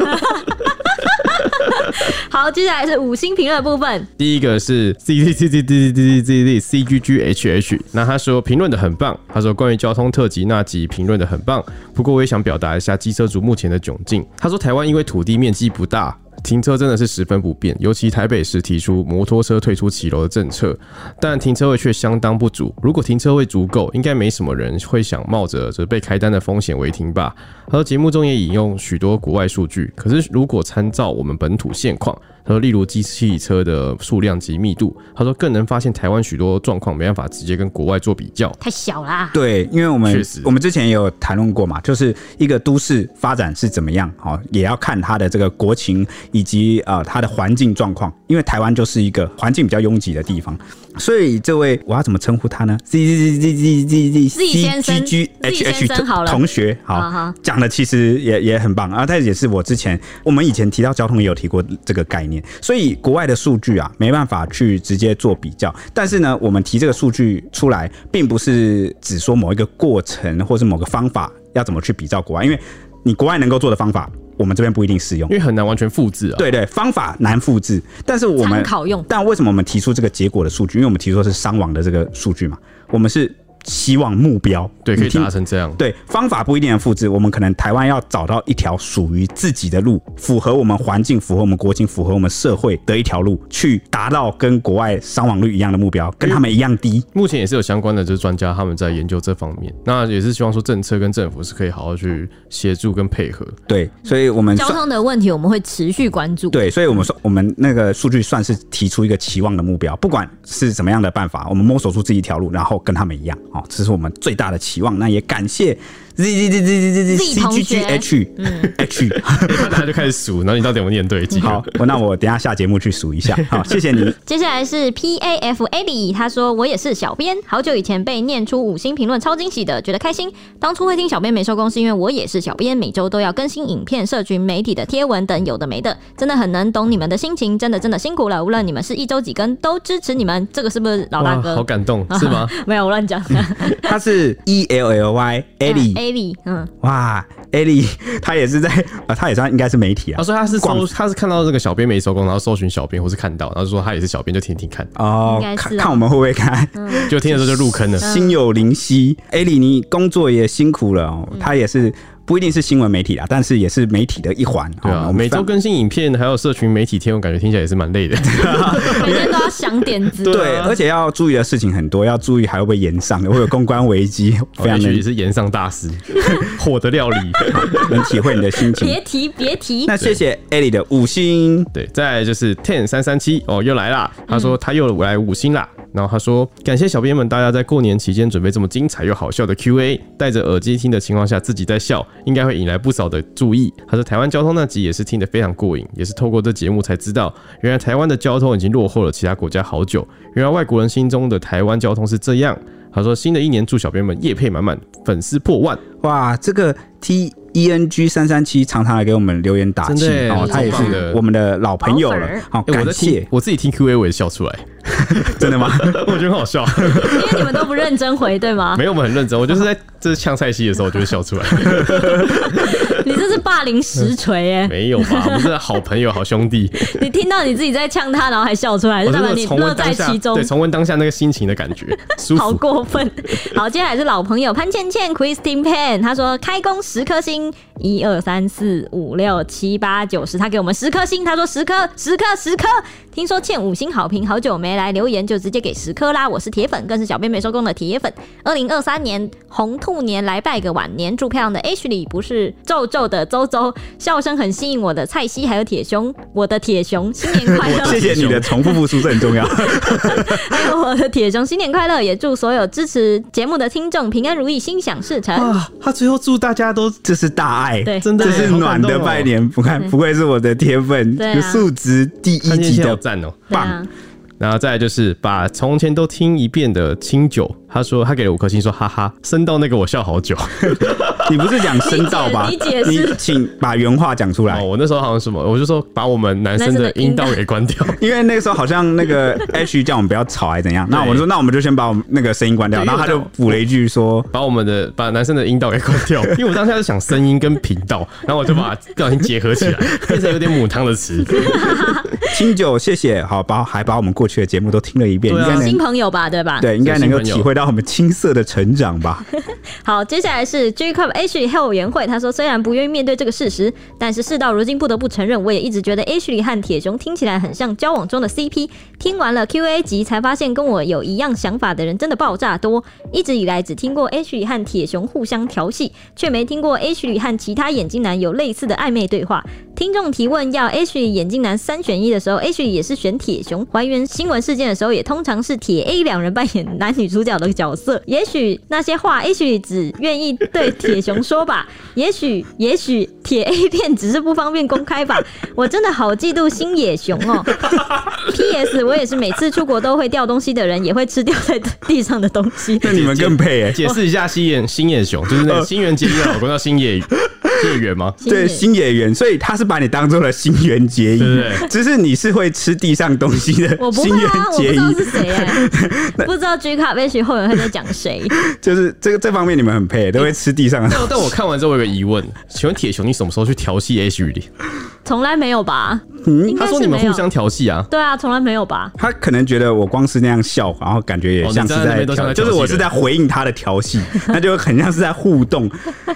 好，接下来是五星评论的部分。
第一个是 C C C C C C C C C G G H H，那他说评论的很棒，他说关于交通特辑那集评论的很棒，不过我也想表达一下机车族目前的窘境。他说台湾因为土地面积不大。停车真的是十分不便，尤其台北市提出摩托车退出骑楼的政策，但停车位却相当不足。如果停车位足够，应该没什么人会想冒着这被开单的风险违停吧。他说节目中也引用许多国外数据，可是如果参照我们本土现况，他说例如机器车的数量及密度，他说更能发现台湾许多状况没办法直接跟国外做比较。
太小啦，
对，因为我
确
们
实
我们之前也有谈论过嘛，就是一个都市发展是怎么样，哦，也要看它的这个国情以及呃它的环境状况，因为台湾就是一个环境比较拥挤的地方，所以这位我要怎么称呼他呢？Z Z Z Z Z Z
Z 先生
G H
Z 先
H
生好了
同学
啊
好
哈，
讲的其实也也很棒啊，但也是我之前我们以前提到交通也有提过这个概念，所以国外的数据啊没办法去直接做比较，但是呢，我们提这个数据出来，并不是只说某一个过程或是某个方法要怎么去比较国外，因为你国外能够做的方法，我们这边不一定适用
因。为很难完全复制啊。
对对，方法难复制，但是我们
参考用
但为什么我们提出这个结果的数据？因为我们提出的是伤亡的这个数据嘛，我们是希望目标
对，
你
可以
听
达成这样。
对方法不一定能复制，我们可能台湾要找到一条属于自己的路，符合我们环境、符合我们国情、符合我们社会的一条路，去达到跟国外伤亡率一样的目标，跟他们一样低。
目前也是有相关的就是专家他们在研究这方面，那也是希望说政策跟政府是可以好好去协助跟 配合。
对，所以我们
交
算
通的问题我们会持续关注。
对，所以我们说我们那个数据算是提出一个期望的目标，不管是怎么样的办法，我们摸索出自己一条路，然后跟他们一样，哦，这是我们最大的期望。那也感 谢 Z Z Z Z Z 嗯 Z
Z
C
同
G G
学
H H。
大家就开始数，然后你到底有没有念对几个？
好，我那我等一下下节目去数一下。好，谢谢你。
接下来是 P A F A 里，他说我也是小编，好久以前被念出五星评论，超惊喜的，觉得开心。当初会听小编没收工，是因为我也是小编，每周都要更新影片、社群媒体的贴文等有的没的，真的很能懂你们的心情，真的真的辛苦了。无论你们是一周几更，都支持你们，这个是不是老大
哇，
哥？
好感动，是吗？
没有，我乱讲的。
他是 E L L Y Ellie，
a l 嗯，
哇，Ellie，她也是在啊，她也算应该是媒体
他
啊。
说他是搜，
广
他是看到这个小编没收工，然后搜寻小编，或是看到，然后说他也是小编，就听听看，
哦
应该，是啊嗯
看看我们会不会看，
就听的时候就入坑了。
嗯
心有灵犀。Ellie，你工作也辛苦了哦，她也是不一定是新闻媒体啊啦，但是也是媒体的一环。
对
好
啊，
我们
每周
放
更新影片，还有社群媒体贴文，感觉听起来也是蛮累的。
每天都要想点子。
对，而且要注意的事情很多，要注意还会被延上的，会有公关危 机，非常
哦也许
能
也是盐上大师， 火的料理。
能体会你的心情。
别提别提，
那谢谢 Ellie 的五星，
对，再来就是 Ten 三三七哦，又来啦。他说他又来五星啦。然后他说：“感谢小编们，大家在过年期间准备这么精彩又好笑的 Q&A，戴着耳机听的情况下自己在笑，应该会引来不少的注意。”他说：“台湾交通那集也是听得非常过瘾，也是透过这节目才知道，原来台湾的交通已经落后了其他国家好久，原来外国人心中的台湾交通是这样。”他说：“新的一年祝小编们业配满满，粉丝破万。”
哇，这个 T E N G 三三七常常来给我们留言打气
真的耶
哦，他也
超棒
是
的
我们的老朋友
老
了
粉儿，
好、
哎、我
感
在听
谢，
我自己听 Q&A 我也笑出来，
真的吗？
我觉得很好笑。
因为你们都不认真回，对吗？
没有，我们很认真。我就是在这呛菜戏的时候，我就会笑出来。
你这是霸凌实锤哎！
没有吧？我们是好朋友、好兄弟。
你听到你自己在呛他，然后还笑出来，
我
就代
真
表哎你
的哦重
乐
温
在
当下
其，中
对，。重温当下那个心情的感觉，舒
好
服。
过分！ 好，接下来是老朋友潘倩倩 Christine Pan，她说开工十颗星，一二三四五六七八九十，她给我们十颗星，她说十颗十颗十颗。听说欠五星好评，好久没来留言，就直接给十颗啦！我是铁粉，更是小编没收工的铁粉。二零二三年红兔年来拜个晚年，祝漂亮的 H 里不是皱皱的周周，笑声很吸引我的蔡西还有铁熊，我的铁熊，新年快 乐！
谢 谢你的重复付出，这很重要。
还有我的铁熊，新年快乐！也祝所有支持节目的听众平安如意，心想事成。
啊！他最后祝大家都
这是大爱，
对
真的
哎这是暖的拜。
好感动哦
年，不看不愧是我的铁粉
对，啊
数值第一
看见
级
线好
的
赞哦。
对啊，
然后再来就是把从前都听一遍的清酒，他说他给了五颗星，说哈哈，升到那个我笑好久。
你不是讲声道吧？
理解理解是
你请把原话讲出来
哦，，我那时候好像什么，我就说把我们男生的阴道给关掉。
因为那个时候好像那 个 H 叫我们不要吵，还是怎样？那我们说，那我们就先把我们那个声音关掉。
对
然后他就补了一句 说
把我们的把男生的音道给关 掉，因为我当下就想声音跟频道，然后我就把它不小心结合 起来，变成有点母汤的词。：“
清酒，谢谢，好，把还把我们过去的节目都听了一遍，应
对啊
该
新
能
朋友吧，对吧？
对，应该能够
新朋友
体会到我们青涩的成长 吧。
好，接下来是 J Club H 后援会，他说虽然不愿意面对这个事实，但是事到如今不得不承认，我也一直觉得 H 里和铁熊听起来很像交往中的 CP。听完了 Q&A 集，才发现跟我有一样想法的人真的爆炸多。一直以来只听过 H 里和铁熊互相调戏，却没听过 H 里和其他眼镜男有类似的暧昧对话。听众提问要 H 里眼镜男三选一的时候，H 里也是选铁熊。还原新闻事件的时候，也通常是铁 A 两人扮演男女主角的角色。也许那些话，H 里只愿意对铁熊说吧。 也许，也许铁 A 片只是不方便公开吧。 我真的好嫉妒新野熊 哦。P.S. 我也是每次出国都会掉东西的人，也会吃掉在地上的东西。
那你们更配 哎，
解释一下新野新野熊，就是那个新垣结衣的老公叫新野野原吗？
新
对
野
新演员，所以他是把你当做了新垣结衣
对对，对
只是你是会吃地上东西的
我不
新
会
垣
啊，我不
结
知道
衣，
是谁 哎、不知道 G 卡 H 后援会在讲谁。
就是这个这方面你们很配，都会吃地上的。啊
但但我看完之后有个疑问，请问铁熊你什么时候去调戏 H 里？
从来没有吧？应
嗯他
该
说
是
你们
没有。
互相调戏啊，
对啊，从来没有吧？
他可能觉得我光是那样笑，然后感觉也像是
哦你在那边都像
调，
在
就是我是在回应他的调戏， 那就很像是在互 动。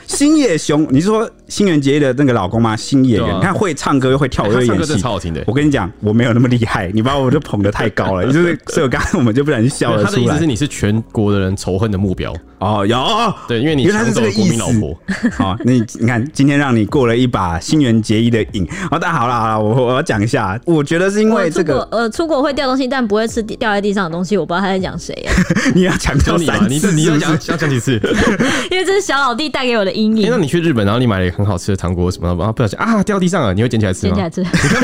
星野雄，你是说新垣结衣的那个老公吗？星野
对
源，
啊
你看会唱歌又会跳
哎
舞
他
又会
唱歌
演
真的
戏
超。好听的。
我跟你讲，我没有那么厉害，你把我就捧得太高 了，就是所以我刚才我们就不小心笑了
他的
出
意思
来
是。你是全国的人仇恨的目标，
哦，有哦
对，因为你
原来
抢
是这
走
个
了国
意
民
思
老婆。
好、那你你看，今天让你过了一把新垣结衣的瘾。哦，但好啦好啦，我我要讲一下，我觉得是因为这
我
个
出国呃，出国会掉东西，但不会吃地掉在地上的东西。我不知道他在讲谁啊耶，
你要强调
就你嘛，
三
你
次
你
是
要
不
讲
是？
要讲几次？
因为这是小老弟带给我的阴
哎，那
影。
你去日本，然后你买了很好吃的糖果什么的，然后不小心啊掉地上了，你会捡起来吃
捡
吗
起？来吃，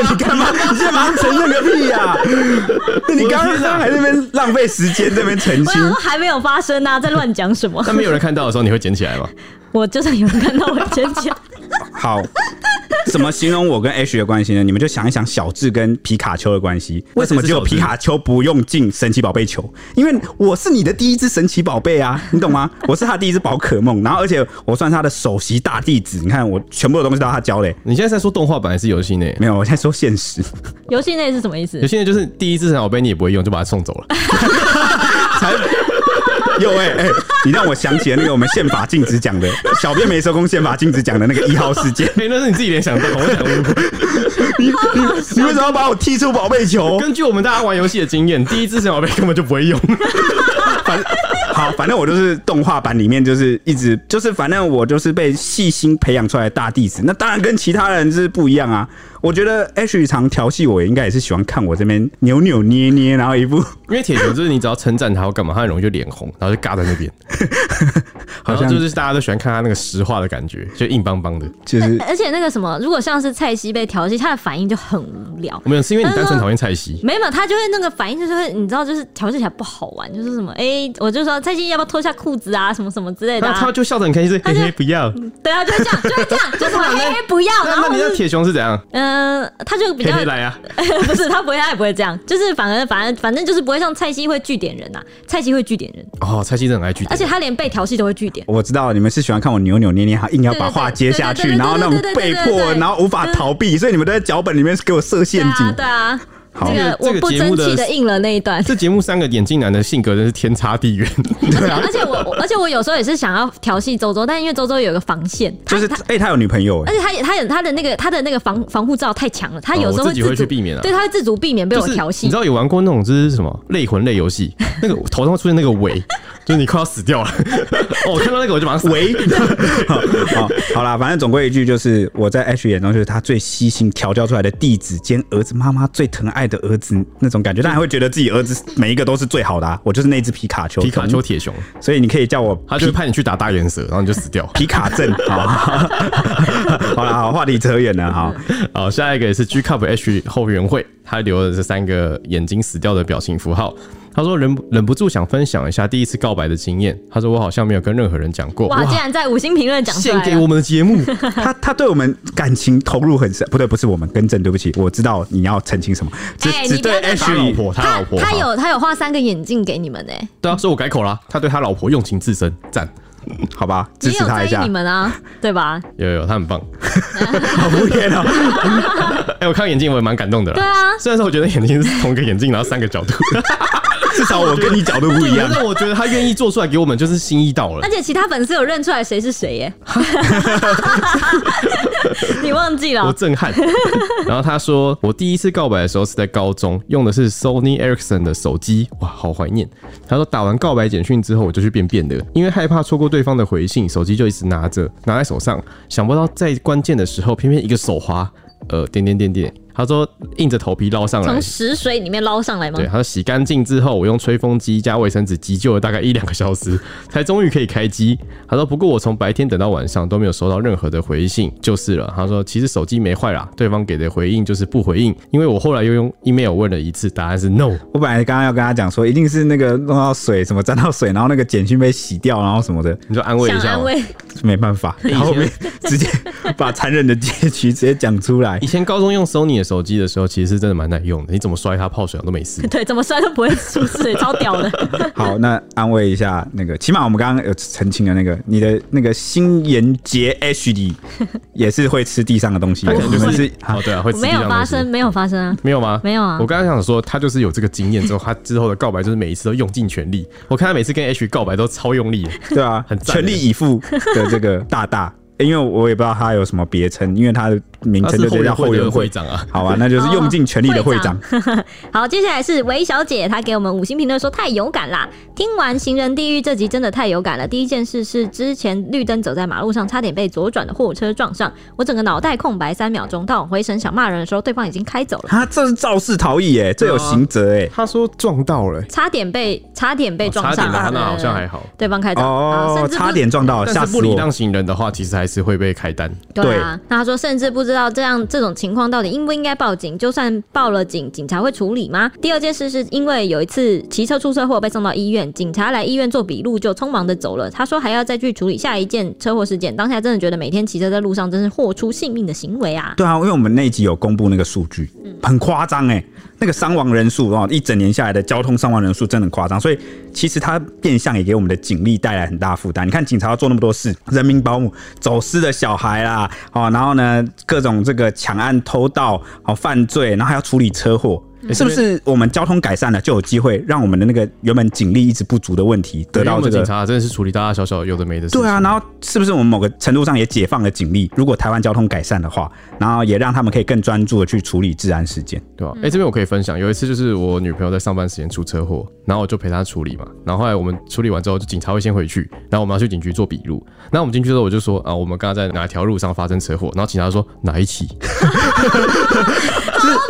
你干 嘛？你现在马上承认个屁呀、 那你刚刚还在那边浪费时间，在那边澄
我想
清
说。还没有发生啊，在乱讲什么？
但没有人看到的时候，你会捡起来吗？
我就算有人看到我捡起来，
好，怎么形容我跟 H 的关系呢？你们就想一想小智跟皮卡丘的关系。为什么只有皮卡丘不用进神奇宝贝球？因为我是你的第一只神奇宝贝啊， 你懂吗？我是他第一只宝可梦，然后而且我算是他的首席大弟子。你看，我全部的东西都他教嘞、
你现在在说动画版还是游戏内？
没有，我在说现实。
游戏内是什么意思
有？些人就是第一只神宝贝你也不会用，就把它送走了。
才有哎、哎、你让我想起了那个我们宪法禁止讲的，小编没收工宪法禁止讲的那个一号事件。
哎、那是你自己联想到，我想
你为什么要把我踢出宝贝球？
根据我们大家玩游戏的经验，第一只神宝贝根本就不会用。
反 好，反正我就是动画版里面就是一直就是，反正我就是被细心培养出来的大弟子。那当然跟其他人是不一样啊。我觉得 H 常调戏我，应该也是喜欢看我这边扭扭捏捏，然后一副
因为铁球就是你只要称赞他要干嘛，他很容易就脸红，然后就尬在那 边，
好
好
像
像就是大家都喜欢看他那个石化的感觉，就硬邦邦的。
就是
而且那个什么，如果像是蔡西被调戏，他的反应就很无聊。
没有，是因为你单纯讨厌蔡西，
没有，他就会那个反应就是会，你知道，就是调戏起来不好玩，就是什么，哎、我就说蔡西要不要脱下裤子啊，什么什么之类的、
那他
啊。
就笑得很开心，
他
嘿
就
嘿，不要。
对啊，就是这样，就是 这样，就是我嘿嘿不要，然
那
后
那你那铁熊是怎样？
嗯、呃他就比
嘿
较
嘿来啊！
不是他不会，他也不会这样，就是反而反正反正就是不会像蔡西会据点人呐、啊蔡西会据点人，
哦，蔡西真的很爱拒
而
绝。
且他连被调戏都会据点。
我知道你们是喜欢看我扭扭捏捏，还硬要把话接下
对
去，
对对对对
然后那种被
对对对
迫，
对
然后无法逃避，所以你们都在脚本里面给我设陷
对啊，
阱。
对啊，
好
这个
这个
我不
节目
争
的
气的应了那一段。
这节目三个眼镜男的性格真是天差地远。
对啊，
而且我，我而且我有时候也是想要调戏周周，但因为周周有一个防线，他
就是
他，
哎，他有女朋友
而
哎，
且他也他有他的那个他的那个防防护罩太强了，他有时候
哦我自己
主、
会去避免啊
对，他会自主避免被
就
我
是
调戏。
你知道有玩过那种就是什么类魂类游 戏，那个头上会出现那个尾，就是你快要死掉了。 哦，我看到那个我就马上死。
喂， 好好好啦，反正总归一句就是，我在 H 眼中就是他最悉心调教出来的弟子兼儿子妈妈最疼爱的儿子那种感觉，当然会觉得自己儿子每一个都是最好的、啊，我就是那只皮卡丘，
皮卡丘，铁熊，
所以你可以叫我
他就会派你去打大眼蛇，然后你就死 掉。
皮卡镇，好， 好啦，好，话题扯远了，好，
好，下一个也是 G Cup H 后援会，他留了这三个眼睛死掉的表情符号。他说忍忍不住想分享一下第一次告白的经验。他说我好像没有跟任何人讲过。
哇，竟然在五星评论讲出
献
来
给
了
我们的 节目，
他他对我们感情投入很深，不对，不是我们更正，对不起，我知道你要澄清什么，只、
哎
只
你不
对
要再
H
他老婆，他
他
老婆，
他有他有画三个眼镜给你们呢、
对啊，所以我改口啦。他对他老婆用情至深，赞，
好吧，支
也
持
有
他
在
一
意
下
你，们啊，对吧？
有有，他很棒。
好敷衍哦。
哎、我看到眼镜我也蛮感动的啦。
对啊
虽然说我觉得眼睛是同一个眼镜，然后三个角度
至少我跟你角度不 一样。
但我觉得他愿意做出来给我们，就是心意到了
而。且其他粉丝有认出来谁是 谁耶、你忘记了
我
哦？
震撼。 然后他说，我第一次告白的时候是在高中，用的是 Sony Ericsson 的手机，哇，好怀念。他说打完告白简讯之后，我就去便便的，因为害怕错过对方的回信，手机就一直拿着，拿在手上，想不到在关键的时候，偏偏一个手滑，呃，点点点点。他说硬着头皮捞上来
从。死水里面捞上来吗
对，？他说洗干净之后，我用吹风机加卫生纸急救了大概一两个小时， 才终于可以开机。他说，不过我从白天等到晚上都没有收到任何的回信，就是了。他说，其实手机没坏啦，对方给的回应就是不回应，因为我后来又用 email 问了一次，答案是 no。
我本来刚刚要跟他讲说，一定是那个弄到水什么沾到水，然后那个简讯被洗掉，然后什么的，
你就安慰一
想
下哦
安
嘛。
慰，
没办法，
哎
然后被直 接把残忍的结局直接讲出来
以。前高中用 Sony 的手机的时候，其实是真的蛮耐用的，你怎么摔它泡水啊都没事。
对，怎么摔都不会出 事，超屌的。
好，那安慰一下那个，起码我们刚刚有澄清的那个，你的那个新颜杰 H D 也是会吃地上的东西，
它可能
我
就
们
是
是
哦， 对啊，会吃
没
这样
有
的
发
东西
生，没有发生啊。
没有吗？
没有啊
我刚刚想说，他就是有这个经验之后，他之后的告白就是每一次都用尽全力。我看他每次跟 H 告白都超用力的，
对啊，
很赞
全力以赴的这 个大大，因为我也不知道他有什么别称，因为他的名
他
称
是
就直
后
接
援
叫
会
后
的
援
会
会。
长啊。
好吧，那就是用尽全力的会长。
好，接下来是韦小姐，她给我们五星评论说太勇敢啦！听完《行人地狱》这集真的太勇敢了。第一件事是之前绿灯走在马路上，差点被左转的货车撞上，我整个脑袋空白三秒钟。到我回神想骂人的时候，对方已经开走了，
他这是肇事逃逸耶、这有刑责哎、
他说撞到了、
差点被差点被撞
哦差
上。
点啊，那好像还
好。
好。
对方开走，啊
哦
甚，至不
差点撞到，吓
但是
死
不礼
我！
让行人的话，其实还是会被开单。
对啊，那他说甚至不知道这样这种情况到底应不应该报警，就算报了警，警察会处理吗？第二件事是因为有一次骑车出车祸被送到医院，警察来医院做笔录就匆忙的走了。他说还要再去处理下一件车祸事件，当下真的觉得每天骑车在路上真是豁出性命的行为啊！
对啊，因为我们那一集有公布那个数据，
嗯
很夸张哎，那个伤亡人数哦，一整年下来的交通伤亡人数真的很夸张，所以其实它变相也给我们的警力带来很大负担。你看警察要做那么多事，人民保姆、走私的小孩啦，哦，然后呢各种这个抢案、偷盗、哦犯罪，然后还要处理车祸。
欸
是不？是我们交通改善了，就有机会让我们的那个原本警力一直不足的问题得
这边因为
到
我
这
们警
个？
察真的是处理大大小小有的没的事情。
对啊，然后是不是我们某个程度上也解放了警力？如果台湾交通改善的话，然后也让他们可以更专注的去处理治安事件。
对吧、哎、这边我可以分享，有一次就是我女朋友在上班时间出车祸，然后我就陪她处理嘛。然后后来我们处理完之后，就警察会先回去，然后我们要去警局做笔录。那我们进去之后，我就说啊，我们刚刚在哪一条路上发生车祸？然后警察说哪一起？
就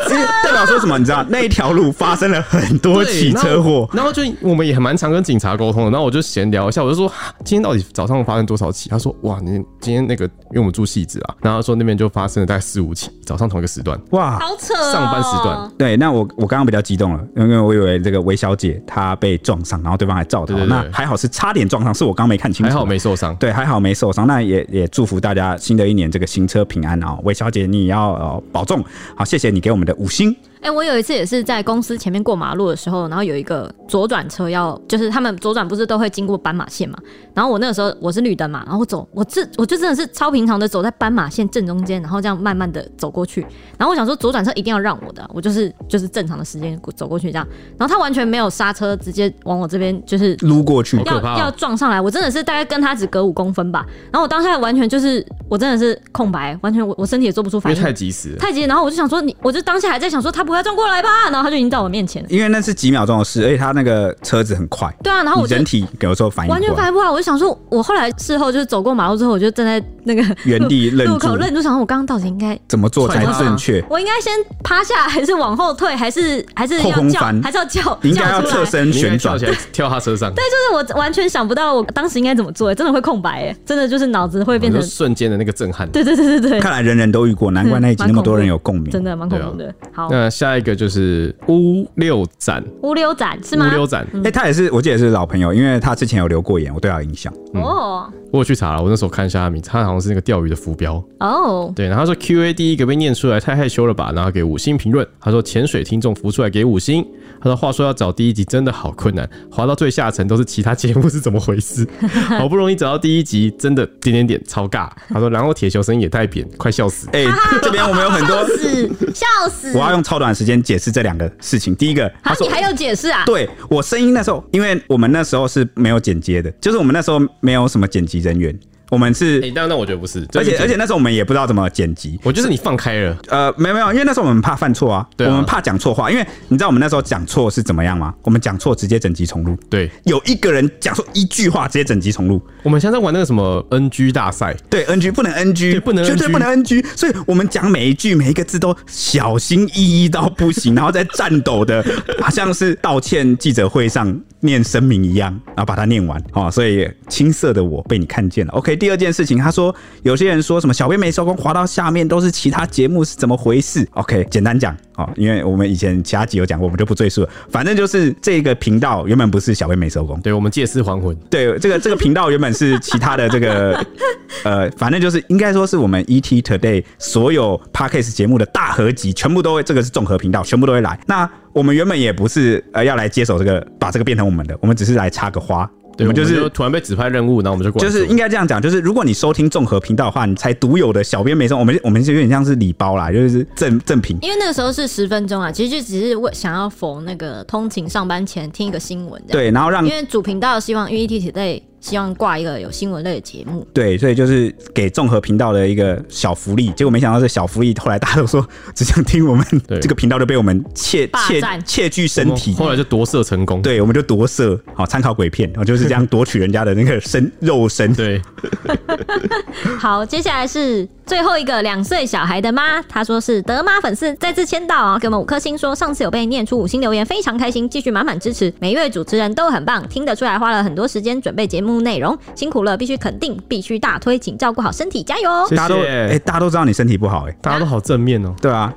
是因为代表说什么？你知道那一条路发生了很多
对
起车祸，
然后然后就我们也蛮常跟警察沟通的，然后我就闲聊一下，我就说哈今天到底早上发生多少起？他说哇，你今天那个，因为我们住戏子啊，然后他说那边就发生了大概四五起，早上同一个时段，
哇！
好扯、哦！
上班时段，
对，那我我刚刚比较激动了，因为我以为这个韦小姐她被撞上，然后对方还照她
对，对对
那还好是差点撞上，是我刚没看清
还
楚。
好没受伤。
对，还好没受伤。那也也祝福大家新的一年这个行车平安啊、韦小姐你也要、呃、保重。好，谢谢你给我们的五星。
哎、我有一次也是在公司前面过马路的时候，然后有一个左转车要，就是他们左转不是都会经过斑马线嘛？然后我那个时候我是绿灯嘛，然后我走，我这我就真的是超平常的走在斑马线正中间，然后这样慢慢的走过去。然后我想说左转车一定要让我的，我就是就是正常的时间走过去这样。然后他完全没有刹车，直接往我这边就是
撸过去
好，
要
可怕哦
要撞上来，我真的是大概跟他只隔五公分吧。然后我当下完全就是我真的是空白，完全我我身体也做不出
因
反
为
应，
太及
啊
时了，
太急，然后我就想说你，我就当下还在想说他不会要撞过来吧，然后他就已经到我面前了。
因为那是几秒钟的事，而且他那个车子很快，
对啊，然后
你
我就
人体有时候反应
完全
不过
反
来
应不来，我就想说，我后来事后就是走过马路之后，我就站在那个
原地愣
路
住
口，愣住，想说我刚刚到底应该。
怎么做才正确？
我应该先趴下，还是往后退，还是还是
后
要
空
叫
翻，
还是要叫
你应该
叫
要
出
侧
来？
身
你应该
旋
跳
转
起。来跳他车上，
就是我完全想不到我当时应该怎么做，真的会空白，哎，真的就是脑子会变
你
成
就，瞬间的那个震撼。
对对对对对，
看来人人都遇过，难怪那一集那么多人有共鸣。
嗯真的蛮恐怖的。
啊
好，
那下一个就是乌六展，
乌溜展是
乌
吗？
六展，
哎、他也是，我记得也是老朋友，因为他之前有留过言，我对他有印象。
哦
我有去查了，我那时候看一下他名字，他好像是那个钓鱼的浮标。
哦，
对，然后他说 Q A 第一个被念出来，太害羞了吧？然后给五星评论。他说潜水听众浮出来给五星。他说话说要找第一集真的好困难，滑到最下层都是其他节目是怎么回事？ 好不容易找到第一集，真的点点点超尬。他说，然后铁球声音也太扁，快笑死。
哎、这边我们有很多
笑，死笑死
我！要用超短时间解释这两个事情。第一个，他
啊，
说
你还有解释啊？
对我声音那时候，因为我们那时候是没有剪接的，就是我们那时候没有什么剪辑人员，我们是，
哎、但那我觉得不是，
而且而且，那时候我们也不知道怎么剪辑。
我觉得是你放开了，
呃，没有没有，因为那时候我们怕犯错啊，
对啊
我们怕讲错话，因为你知道我们那时候讲错是怎么样吗？我们讲错直接整集重录，
对。
有一个人讲错一句话直接整集重录，
我们现在在玩那个什么 NG 大赛，
对 NG 不能 NG，
对不能
绝对
NG
不能 NG，所以我们讲每一句每一个字都小心翼翼到不行，然后在颤抖的， 好像是道歉记者会上念声明一样，然后把它念完哦。所以青涩的我被你看见了。OK，第二件事情，他说有些人说什么小编没收工，滑到下面都是其他节目是怎么回事？OK，简单讲哦，因为我们以前其他集有讲过，我们就不赘述了。反正就是这个频道原本不是小编没收工，
对我们借尸还魂，
对，这个这个频道原本是其他的这个呃，反正就是应该说是我们 ET Today 所有 podcast 节目的大合集，全部都会这个是综合频道，全部都会来。那我们原本也不是呃要来接手这个，把这个变成我们的，我们只是来插个花。
对，我
们
们
就是
就突然被指派任务，然后我们就过来
就是
做
应该这样讲，就是如果你收听综合频道的话，你才独有的小编没声，我们我们就有点像是礼包啦，就是赠赠品。
因为那个时候是十分钟啊，其实就只是为想要否那个通勤上班前听一个新闻这样。
对，嗯然后让
因为主频道希望 UET t o 希望挂一个有新闻类的节 目，
对，所以就是给综合频道的一个小福利，结果没想到这小福利后来大家都说只想听我们
对
这个频道就被我们窃
霸
窃
占
窃据身体
我们，后来就夺舍成功。
对，我们就夺舍，好参考鬼片，然后就是这 样夺取人家的那个身肉身。
对，
好，接下来是最后一个两岁小孩的妈，她说是德妈粉丝再次签到啊，给我们五颗星说上次有被念出五星留言，非常开心，继续满满支持，每一位主持人都很棒，听得出来花了很多时间准备节目内容，辛苦了，必须肯定，必须大推，请照顾好身体，加油哦！
谢
大家都
谢
哎、大家都知道你身体不好哎、
大家都好正面哦。
对 啊，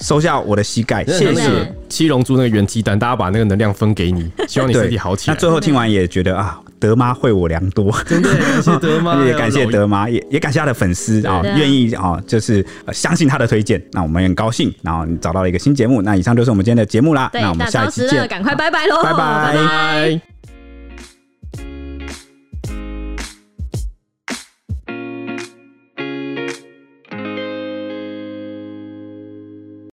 收下我的膝 盖，谢谢。
谢谢七龙珠那个元气弹，大家把那个能量分给你，希望你身体
对
好，起
那
来。
最后听完也觉得啊，德妈惠我良多。
真的感谢德 妈
也感谢德妈，也也感谢他的粉丝啊，
对啊
愿意啊，就是呃相信他的推荐，那我们也很高兴。然后你找到了一个新节目，那以上就是我们今天的节目啦。
对
那我，们
那
下
着
一
急
期见，
了，赶快拜拜喽，
拜拜
拜。